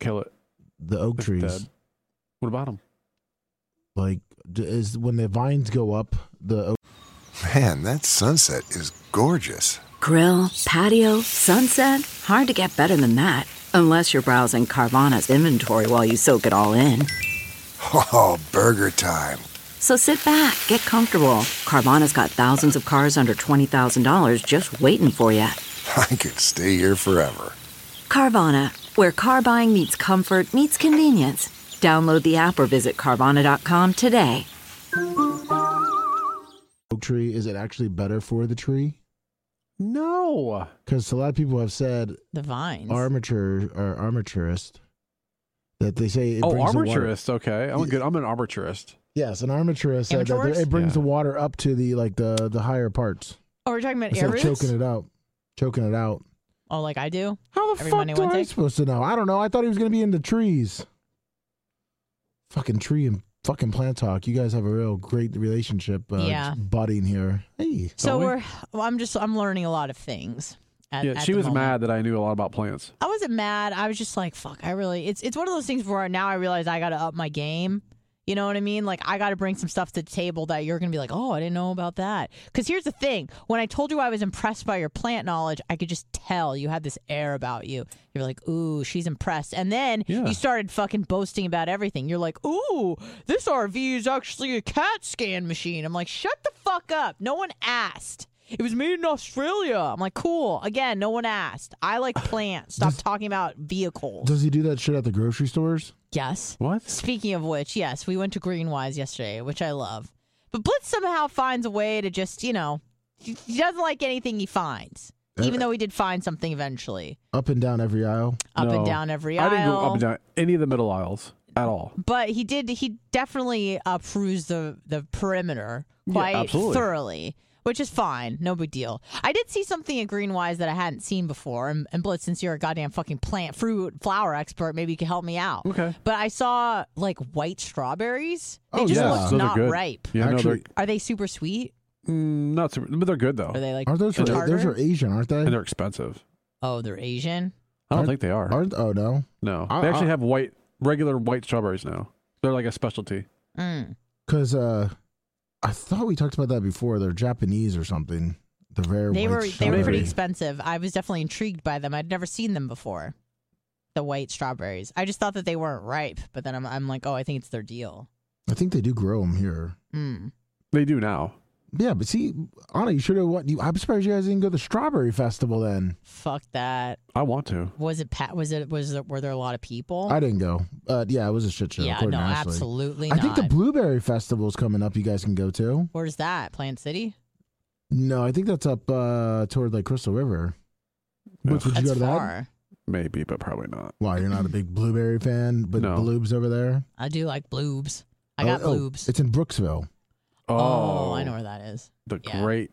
S4: Kill it.
S3: the oak
S4: It's
S3: trees,
S4: dead. What about them?
S3: like, d- is when the vines go up, the oak
S6: Man, that sunset is gorgeous.
S7: Grill, patio, sunset. Hard to get better than that. Unless you're browsing Carvana's inventory while you soak it all in.
S6: Oh, burger time.
S7: So sit back, get comfortable. Carvana's got thousands of cars under $20,000 just waiting for you.
S6: I could stay here forever.
S7: Carvana, where car buying meets comfort, meets convenience. Download the app or visit Carvana.com today.
S3: oak tree is it actually better for the tree?
S4: No.
S3: Because a lot of people have said
S2: The vines.
S3: armature or armaturist that they say it
S4: oh,
S3: brings the water-
S4: armaturist. Okay, I'm a good. I'm an armaturist.
S3: Yes, an armaturist said that there-
S2: Amateurist?
S3: it brings
S4: Yeah.
S3: the water up to the like the the higher parts
S2: oh, we're talking about air
S3: instead of
S2: roots?
S3: choking it out, choking it out.
S2: Oh, like I do.
S3: How the
S2: Every
S3: fuck
S2: Monday,
S3: do I
S2: Wednesday?
S3: supposed to know? I don't know. I thought he was gonna be in the trees. Fucking tree and fucking plant talk. You guys have a real great relationship. Uh,
S2: Yeah.
S3: budding here. Hey,
S2: So
S4: Don't we?
S2: we? are Well, I'm just. I'm learning a lot of things. At,
S4: yeah,
S2: at
S4: she
S2: the
S4: was
S2: moment.
S4: mad that I knew a lot about plants.
S2: I wasn't mad. I was just like, fuck, I really it's it's one of those things where now I realize I gotta up my game. You know what I mean? Like I gotta bring some stuff to the table that you're gonna be like, Oh, I didn't know about that. Cause here's the thing. When I told you I was impressed by your plant knowledge, I could just tell you had this air about you. You're like, ooh, she's impressed. And then
S4: Yeah.
S2: you started fucking boasting about everything. You're like, ooh, this RV is actually a CAT scan machine. I'm like, shut the fuck up. No one asked. It was made in Australia. I'm like, cool. Again, no one asked. I like plants. Stop talking about vehicles.
S3: does he do that shit at the grocery stores?
S2: yes.
S4: What?
S2: Speaking of which, yes, we went to Greenwise yesterday, which I love. But Blitz somehow finds a way to just, you know, he he doesn't like anything he finds, even
S4: Uh.
S2: though he did find something eventually,
S3: Up and down every aisle.
S2: up
S4: No.
S2: and down every
S4: I
S2: aisle.
S4: didn't go up and down any of the middle aisles at all.
S2: But he did. He definitely uh, perused the the perimeter
S4: Yeah,
S2: quite
S4: absolutely.
S2: thoroughly, which is fine. No big deal. I did see something at Greenwise that I hadn't seen before. And, and Blitz, since you're a goddamn fucking plant, fruit, flower expert, maybe you can help me out.
S4: Okay.
S2: But I saw like white strawberries. They
S3: Oh,
S2: just
S3: yeah.
S2: looked
S4: Those are
S2: not
S4: good.
S2: ripe.
S4: Yeah,
S3: Actually-
S2: Are they super sweet?
S4: no, they're mm, not super, but they're good though,
S2: Are they like?
S3: Aren't those for,
S2: tartar?
S3: those are Asian, aren't they?
S4: and they're expensive.
S2: oh, they're Asian.
S4: I don't
S3: Aren't-
S4: think they are.
S3: Aren't oh no.
S4: no,
S3: I-
S4: they actually
S3: I-
S4: have white, regular white strawberries now. They're like a specialty.
S2: Mm.
S3: Cause uh I thought we talked about that before. They're Japanese or something. They're very
S2: They
S3: white
S2: were they were
S4: strawberry.
S2: pretty expensive. I was definitely intrigued by them. I'd never seen them before. The white strawberries. I just thought that they weren't ripe, but then I'm I'm like, oh, I think it's their deal.
S3: I think they do grow them here.
S2: Mm.
S4: They do now.
S3: Yeah, but see, Anna, you should have. What? You, I'm surprised you guys didn't go to the Strawberry Festival then.
S2: Fuck that.
S4: I want to.
S2: Was it Pat? Was it? Was there? Were there a lot of people?
S3: I didn't go. Uh, yeah, it was a shit show.
S2: yeah.
S3: according
S2: No.
S3: to Ashley.
S2: Absolutely
S3: I
S2: not.
S3: think the Blueberry Festival's coming up. You guys can go to.
S2: Where's that? Plant City.
S3: No, I think that's up uh, toward like Crystal River. Which would you
S2: That's
S3: go to that?
S2: far.
S4: Maybe, but probably not.
S3: Why you're not a big blueberry fan, but
S4: No.
S3: bloobs over there.
S2: I do like bloobs. I got
S3: Oh, oh,
S2: bloobs.
S3: it's in Brooksville.
S4: Oh,
S2: oh, I know where that is.
S4: The
S2: yeah.
S4: great.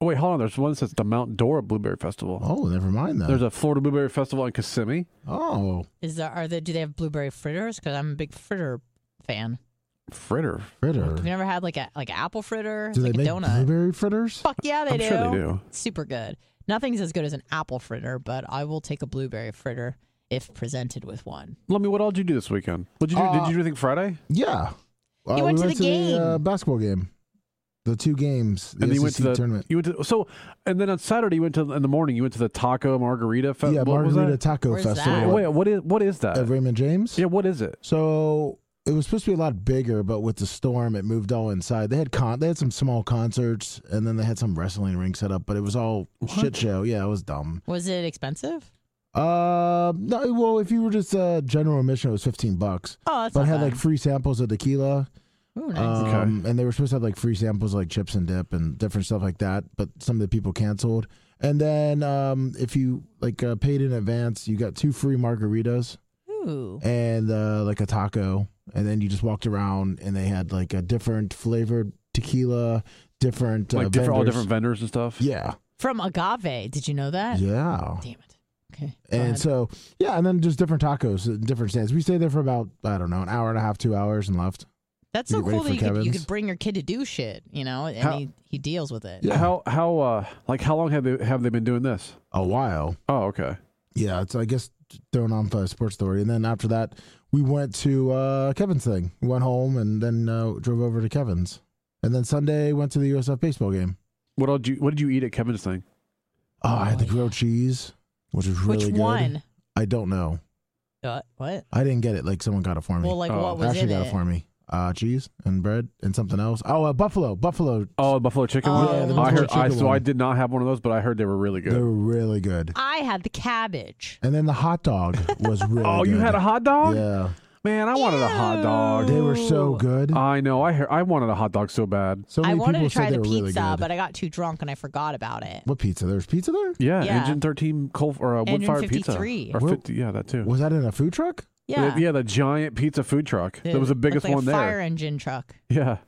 S4: Oh wait, hold on. There's one that says the Mount Dora Blueberry Festival.
S3: Oh, never mind that.
S4: There's a Florida Blueberry Festival in Kissimmee.
S3: oh,
S2: Is there? Are they? Do they have blueberry fritters? Because I'm a big fritter fan.
S4: Fritter.
S3: fritter.
S2: Have you never had like a like apple fritter? It's
S3: Do they
S2: like
S3: make
S2: a donut.
S3: blueberry fritters?
S2: Fuck yeah, they
S4: I'm
S2: do.
S4: sure they do.
S2: Super good. Nothing's as good as an apple fritter, but I will take a blueberry fritter if presented with one.
S4: Let me. What all did you do this weekend? What did you do?
S3: Uh,
S4: did you do anything Friday?
S3: Yeah. Uh,
S2: You went
S3: we
S2: to
S3: went
S2: the
S3: to the uh,
S2: game.
S3: basketball game. The two games, the
S4: and then you
S3: SEC
S4: went to the
S3: tournament.
S4: You went to so, and then on Saturday you went to in the morning. You went to the taco margarita. Fe-
S3: yeah,
S4: what was
S3: Margarita
S4: that? Oh,
S3: Taco
S2: Where's
S3: Festival
S2: that?
S4: Wait, what is what is that?
S3: at Raymond James.
S4: yeah, what is it?
S3: So it was supposed to be a lot bigger, but with the storm, it moved all inside. They had con, they had some small concerts, and then they had some wrestling ring set up, but it was all shit show. Yeah, it was dumb.
S2: Was it expensive?
S3: Uh, no, well, if you were just uh, general admission, it was fifteen bucks.
S2: Oh, that's
S3: But I
S2: not
S3: had
S2: bad.
S3: like free samples of tequila,
S2: Ooh, nice.
S3: um,
S4: Okay.
S3: and they were supposed to have like free samples like chips and dip and different stuff like that. But some of the people canceled, and then um, if you like uh, paid in advance, you got two free margaritas
S2: Ooh.
S3: and uh, like a taco, and then you just walked around, and they had like a different flavored tequila, different
S4: Like
S3: uh,
S4: different, all
S3: vendors.
S4: different vendors and stuff.
S3: Yeah,
S2: From agave. Did you know that?
S3: yeah,
S2: Damn it. Okay. go
S3: and
S2: ahead.
S3: so yeah, and then just different tacos, uh, different stands. We stayed there for about I don't know an hour and a half, two hours, and left.
S2: that's
S3: you
S2: so
S3: get ready
S2: cool
S3: for
S2: that you could, you
S3: Kevin's?
S2: could bring your kid to do shit, you know, and
S4: How-
S2: he, he deals with it.
S3: Yeah.
S4: How how uh like how long have they have they been doing this?
S3: A while,
S4: Oh, okay.
S3: yeah. It's I guess thrown on by Sports Authority, and then after that we went to uh, Kevin's thing. We went home and then uh, drove over to Kevin's, and then Sunday went to the USF baseball game.
S4: What all did you what did you eat at Kevin's thing?
S3: Oh, I had
S2: Oh,
S3: the grilled cheese, which was really
S2: Which
S3: good.
S2: one?
S3: I don't know.
S2: Uh, what?
S3: I didn't get it. Like someone got it for me.
S2: Well, like,
S4: Oh,
S2: what was
S3: Ashley
S2: it?
S3: got
S2: in?
S3: it for me. Uh, cheese and bread and something else. Oh, uh, buffalo, buffalo.
S4: Oh, the buffalo chicken one.
S2: Oh, Yeah, the
S4: I
S2: buffalo
S4: heard. I,
S3: chicken
S4: so I
S3: one.
S4: did not have one of those, but I heard they were really
S3: They
S4: good.
S3: were really good.
S2: I had the cabbage.
S3: And then the hot dog was really.
S4: oh, you
S3: good.
S4: had a hot dog?
S3: Yeah,
S4: Man, I wanted a hot dog.
S3: they were so
S2: Ooh.
S3: good.
S4: I know. I hear, I wanted a hot dog so bad.
S3: so many
S2: I wanted
S3: people
S2: to try
S3: said they
S2: the
S3: were
S2: pizza,
S3: really good.
S2: but I got too drunk and I forgot about it.
S3: what pizza? There's pizza there.
S4: Yeah,
S2: Yeah.
S4: engine thirteen coal or uh, wood
S2: Engine
S4: fired pizza
S2: 53.
S4: or
S3: Where-
S4: fifty. Yeah, that too.
S3: Was that in a food truck?
S2: Yeah.
S4: yeah, the giant pizza food truck.
S2: It
S4: that was the
S2: looked
S4: biggest
S2: like
S4: one
S2: a
S4: there.
S2: Fire engine truck.
S4: Yeah,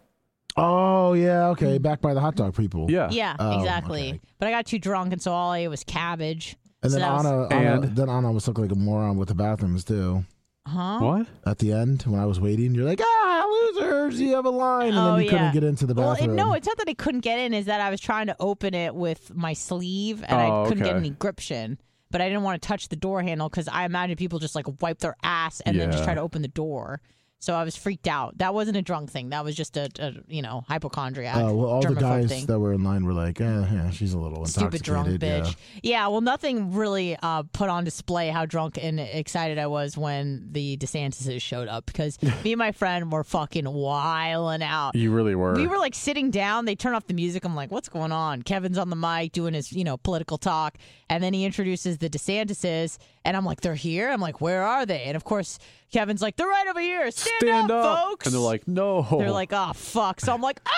S3: Oh yeah, okay. Back by the hot dog people.
S4: yeah,
S2: Yeah,
S3: Oh,
S2: exactly.
S3: okay.
S2: But I got too drunk, and so all I ate was cabbage.
S3: And
S2: So
S3: then
S2: that was-
S3: Anna, Anna,
S4: And-
S3: then Anna was looking like a moron with the bathrooms too.
S2: Huh?
S4: What?
S3: At the end, when I was waiting, you're like, ah, losers, you have a line, and
S2: Oh,
S3: then you couldn't
S2: yeah.
S3: get into the
S2: Well, it,
S3: bathroom.
S2: no, it's not that I couldn't get in. Is that I was trying to open it with my sleeve, and
S4: Oh,
S2: I couldn't get
S4: okay.
S2: any gription. But I didn't want to touch the door handle because I imagine people just like wipe their ass and then just
S4: Yeah.
S2: try to open the door. So I was freaked out. That wasn't a drunk thing. That was just a, a you know hypochondriac.
S3: Oh well, all the
S2: germaphobe
S3: guys
S2: thing.
S3: that were in line were like, eh, yeah, she's a little
S2: stupid drunk
S3: intoxicated.
S2: bitch. Yeah. well, nothing really uh, put on display how drunk and excited I was when the DeSantises showed up because me and my friend were fucking wiling out.
S4: You really were.
S2: We were like sitting down. They turn off the music. I'm like, what's going on? Kevin's on the mic doing his, you know, political talk. And then he introduces the DeSantises. And I'm like, they're here? I'm like, where are they? And of course, Kevin's like, they're right over here. Stand, folks.
S4: And they're like, no.
S2: They're like, oh, fuck. So I'm like, oh,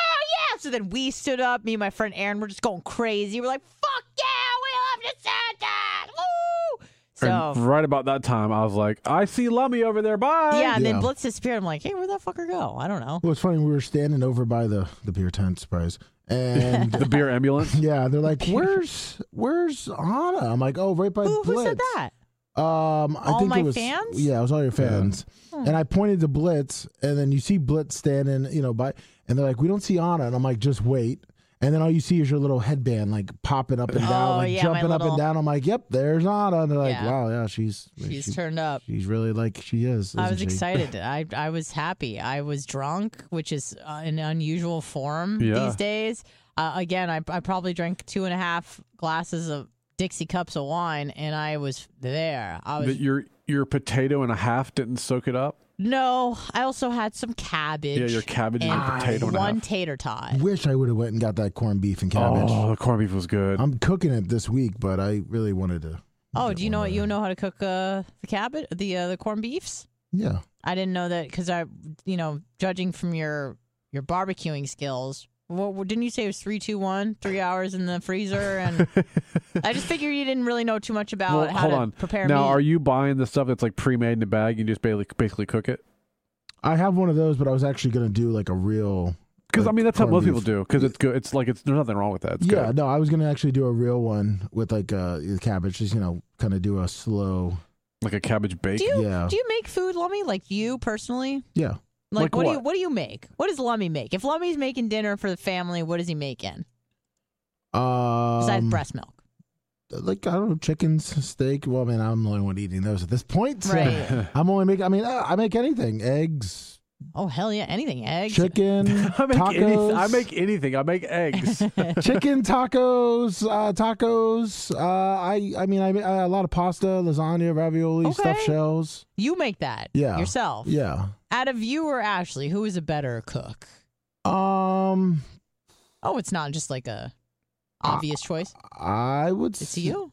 S2: yeah. So then we stood up. Me and my friend Aaron were just going crazy. We're like, fuck yeah, we love DeSantis. Woo! So,
S4: And right about that time, I was like, I see Lummy over there. Bye.
S2: yeah. And
S3: Yeah.
S2: then Blitz disappeared. I'm like, hey, where'd that fucker go? I don't know.
S3: Well, it's funny. We were standing over by the the beer tent, surprise, and
S4: The beer ambulance.
S3: yeah, they're like, "Where's where's Anna?" I'm like, "Oh, right by
S2: Who, who said
S3: Blitz."
S2: that?
S3: Um, I
S2: All
S3: think
S2: my
S3: it was
S2: fans? Hmm.
S3: yeah, it was all your fans. And I pointed to Blitz, and then you see Blitz standing, you know, by, and they're like, "We don't see Anna," and I'm like, "Just wait." And then all you see is your little headband like popping up and down,
S2: Oh,
S3: like
S2: yeah, my
S3: jumping up
S2: little-
S3: and down. I'm like, "Yep, there's Anna." And they're like,
S2: Yeah.
S3: "Wow, yeah, she's
S2: She's
S3: she-
S2: turned up.
S3: She's really like she is.
S2: I
S3: isn't
S2: was
S3: she?
S2: excited. I I was happy. I was drunk, which is uh, an unusual form
S4: Yeah.
S2: these days. Uh, again, I, I probably drank two and a half glasses of Dixie cups of wine, and I was there. I was
S4: That your your potato and a half didn't soak it up.
S2: No, I also had some cabbage.
S4: Yeah, your cabbage and
S2: and
S4: your potato and a
S2: one
S4: half.
S2: tater tot.
S3: Wish I would have went and got that corned beef and cabbage.
S4: Oh, the corned beef was good.
S3: I'm cooking it this week, but I really wanted to.
S2: Oh,
S3: get
S2: do you know
S3: one
S2: what you
S3: of
S2: know how to cook uh, the cabbage, the uh, the corned beefs?
S3: them. Yeah.
S2: I didn't know that because I, you know, judging from your your barbecuing skills, what, what- didn't you say it was three, two, one, three hours in the freezer? And I just figured you didn't really know too much about
S4: Well,
S2: how
S4: hold
S2: to
S4: on.
S2: prepare
S4: now,
S2: meat.
S4: are you buying the stuff that's like pre-made in a bag? You just basically basically cook it.
S3: I have one of those, but I was actually going to do like a real.
S4: Because I
S3: like,
S4: mean, that's how
S3: corned
S4: most
S3: beef.
S4: people do. Because it's good. It's like it's there's nothing wrong with that. It's
S3: yeah,
S4: good.
S3: no, I was going to actually do a real one with like uh, the cabbage, just, you know, kind of do a slow.
S4: Like a cabbage bake.
S2: do you
S3: yeah.
S2: do you make food, Lummy? Like you personally?
S3: Yeah.
S2: Like,
S4: Like
S2: what, do you
S4: what?
S2: what do you make? What does Lummy make? If Lummy's making dinner for the family, what is he making
S3: Um,
S2: besides breast milk?
S3: Like, I don't know, chickens, steak. Well, I mean, I'm the only one eating those at this point. so
S2: Right.
S3: I'm only making, I mean, I, I make anything eggs,
S2: Oh hell yeah, anything eggs.
S3: chicken,
S4: I make
S3: tacos.
S4: anything. I make anything. I make eggs.
S3: chicken tacos, uh, tacos. Uh, I, I mean, I, I a lot of pasta, lasagna, ravioli, stuffed
S2: Okay.
S3: shells.
S2: You make that
S3: Yeah.
S2: yourself.
S3: Yeah.
S2: Out of you or Ashley, who is a better cook?
S3: Um,
S2: Oh, it's not just like a obvious choice.
S3: I would.
S2: It's
S3: s-
S2: you.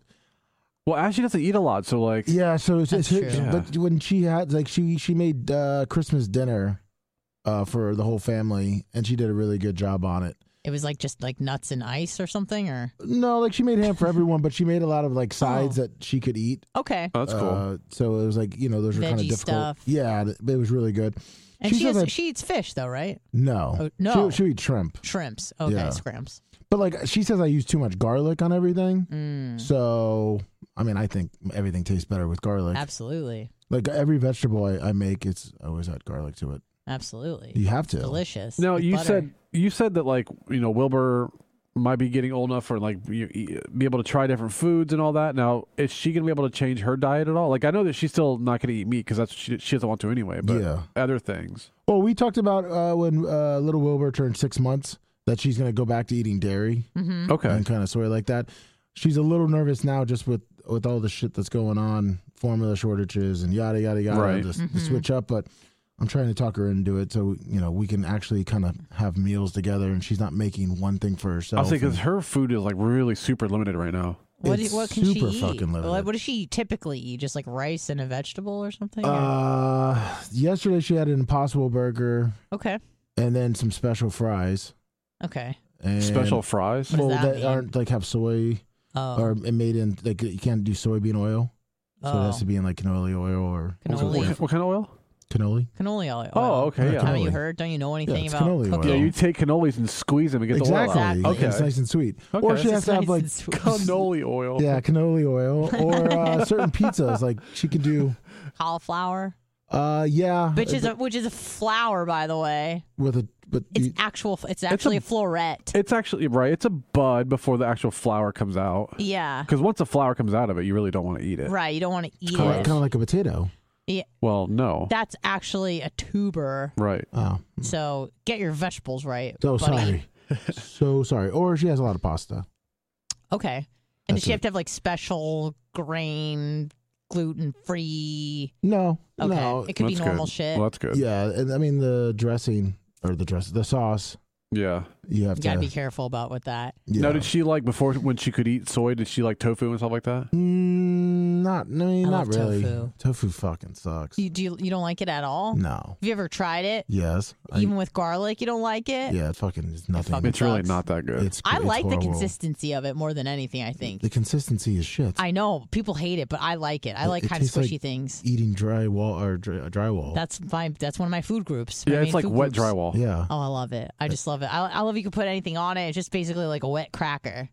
S4: well, Ashley doesn't eat a lot, so like,
S3: Yeah. So it's,
S2: That's
S3: it's her-
S4: true.
S3: but when she had like she she made uh, Christmas dinner, uh, for the whole family, and she did a really good job on it.
S2: It was like just like nuts and ice or something, or
S3: No, like she made ham for everyone, but she made a lot of like sides
S2: Oh.
S3: that she could eat.
S2: okay.
S4: Oh, that's cool.
S3: Uh, so it was like you know those were kind of
S2: Veggie
S3: difficult.
S2: stuff.
S3: Yeah, th- it was really good.
S2: And she
S3: said
S2: has,
S3: that-
S2: she eats fish though, right?
S3: no,
S2: Oh, no.
S3: she, she eat shrimp.
S2: Shrimps. Okay,
S3: Yeah.
S2: scramps.
S3: But like she says, I use too much garlic on everything.
S2: Mm.
S3: So I mean, I think everything tastes better with garlic.
S2: Absolutely,
S3: Like every vegetable I, I make, it's I always add garlic to it.
S2: absolutely.
S3: You have to.
S2: Delicious.
S4: Now
S2: with
S4: you
S2: butter.
S4: said you said that like you know Wilbur might be getting old enough for like you, you- be able to try different foods and all that. Now is she gonna be able to change her diet at all? Like I know that she's still not gonna eat meat because that's she, she doesn't want to anyway. But
S3: Yeah.
S4: other things.
S3: Well, we talked about uh, when uh, little Wilbur turned six months that she's going to go back to eating dairy
S2: Mm-hmm.
S4: Okay.
S3: and kind of soy like that. She's a little nervous now, just with with all the shit that's going on, formula shortages and yada yada yada.
S4: Right.
S3: The,
S2: Mm-hmm.
S3: the switch up, but I'm trying to talk her into it so you know we can actually kind of have meals together, and she's not making one thing for herself.
S4: I'll say
S3: and-
S4: because her food is like really super limited right now.
S2: what, do-
S3: it's
S2: what can she
S3: super
S2: eat?
S3: fucking limited.
S2: What, what does she typically eat? Just like rice and a vegetable or something? or-
S3: Uh, yesterday she had an Impossible Burger
S2: okay.
S3: and then some special fries.
S2: Okay.
S3: And
S4: Special fries.
S2: does
S3: well,
S2: that
S3: that,
S2: mean?
S3: aren't like have soy
S2: Oh.
S3: or made in like you can't do soybean oil, so it
S2: Oh.
S3: has to be in like cannoli oil or
S4: What,
S2: Cannoli.
S4: what- what kind of oil?
S3: cannoli.
S2: cannoli oil.
S4: Oh, okay.
S3: Yeah,
S4: Yeah.
S3: cannoli.
S2: Haven't you heard? Don't you know anything
S3: it's
S2: about
S3: cannoli
S2: cooking?
S3: oil.
S4: Yeah, you take cannolis and squeeze them and get
S3: exactly.
S4: the oil out.
S2: Exactly.
S4: Okay.
S3: It's nice and sweet.
S4: Okay.
S3: Or she
S2: It's
S3: has to have
S2: nice
S3: like
S2: and sweet.
S4: Cannoli oil.
S3: yeah, cannoli oil or uh, certain pizzas. Like she could do.
S2: cauliflower,
S3: Uh, yeah,
S2: which is a, which is a flower, by the way.
S3: with a but
S2: It's
S3: you-
S2: actual. It's actually a, floret.
S4: It's actually right. It's a bud before the actual flower comes out.
S2: yeah.
S4: Because once the flour comes out of it, you really don't want to eat it.
S2: Right. You don't want to eat
S3: kind, of,
S2: it.
S3: kind of like a potato.
S2: Yeah,
S4: Well, no.
S2: that's actually a tuber.
S4: right.
S3: Oh,
S2: So get your vegetables right.
S3: so
S2: buddy.
S3: sorry, so sorry. Or she has a lot of pasta.
S2: Okay. And does
S3: That's
S2: she have
S3: it.
S2: to have like special grain, gluten free?
S3: No,
S2: Okay.
S3: no,
S2: it could be
S4: That's
S2: normal
S4: good.
S2: shit.
S4: Well, that's good. Yeah.
S3: Yeah, and I mean the dressing or the dress, the sauce. You have
S2: you gotta
S3: to.
S2: be careful about with that.
S3: yeah.
S4: Now, did she like before when she could eat soy? Did she like tofu and stuff like that?
S3: Mm, not, I mean,
S2: I love
S3: not really.
S2: tofu.
S3: fucking sucks.
S2: You do. You, you don't like it at all.
S3: No.
S2: Have you ever tried it?
S3: Yes. I-
S2: Even with garlic, you don't like it.
S3: yeah, it fucking is nothing.
S2: fucking-
S4: It's really
S2: sucks.
S4: not that good.
S3: It's,
S2: I
S3: it's
S2: like the
S3: horrible.
S2: consistency of it more than anything. I think.
S3: The consistency is shit.
S2: I know people hate it, but I like it. I
S3: It-
S2: like
S3: it
S2: kind of
S3: tastes like-
S2: squishy things.
S3: Eating drywall or dry, uh, drywall.
S2: That's my. That's one of my food groups. my
S4: yeah, it's
S2: main
S4: like
S2: food
S4: wet
S2: groups.
S4: drywall.
S3: yeah.
S2: Oh, I love it. I just love it. I, I love you can put anything on it. It's just basically like a wet cracker.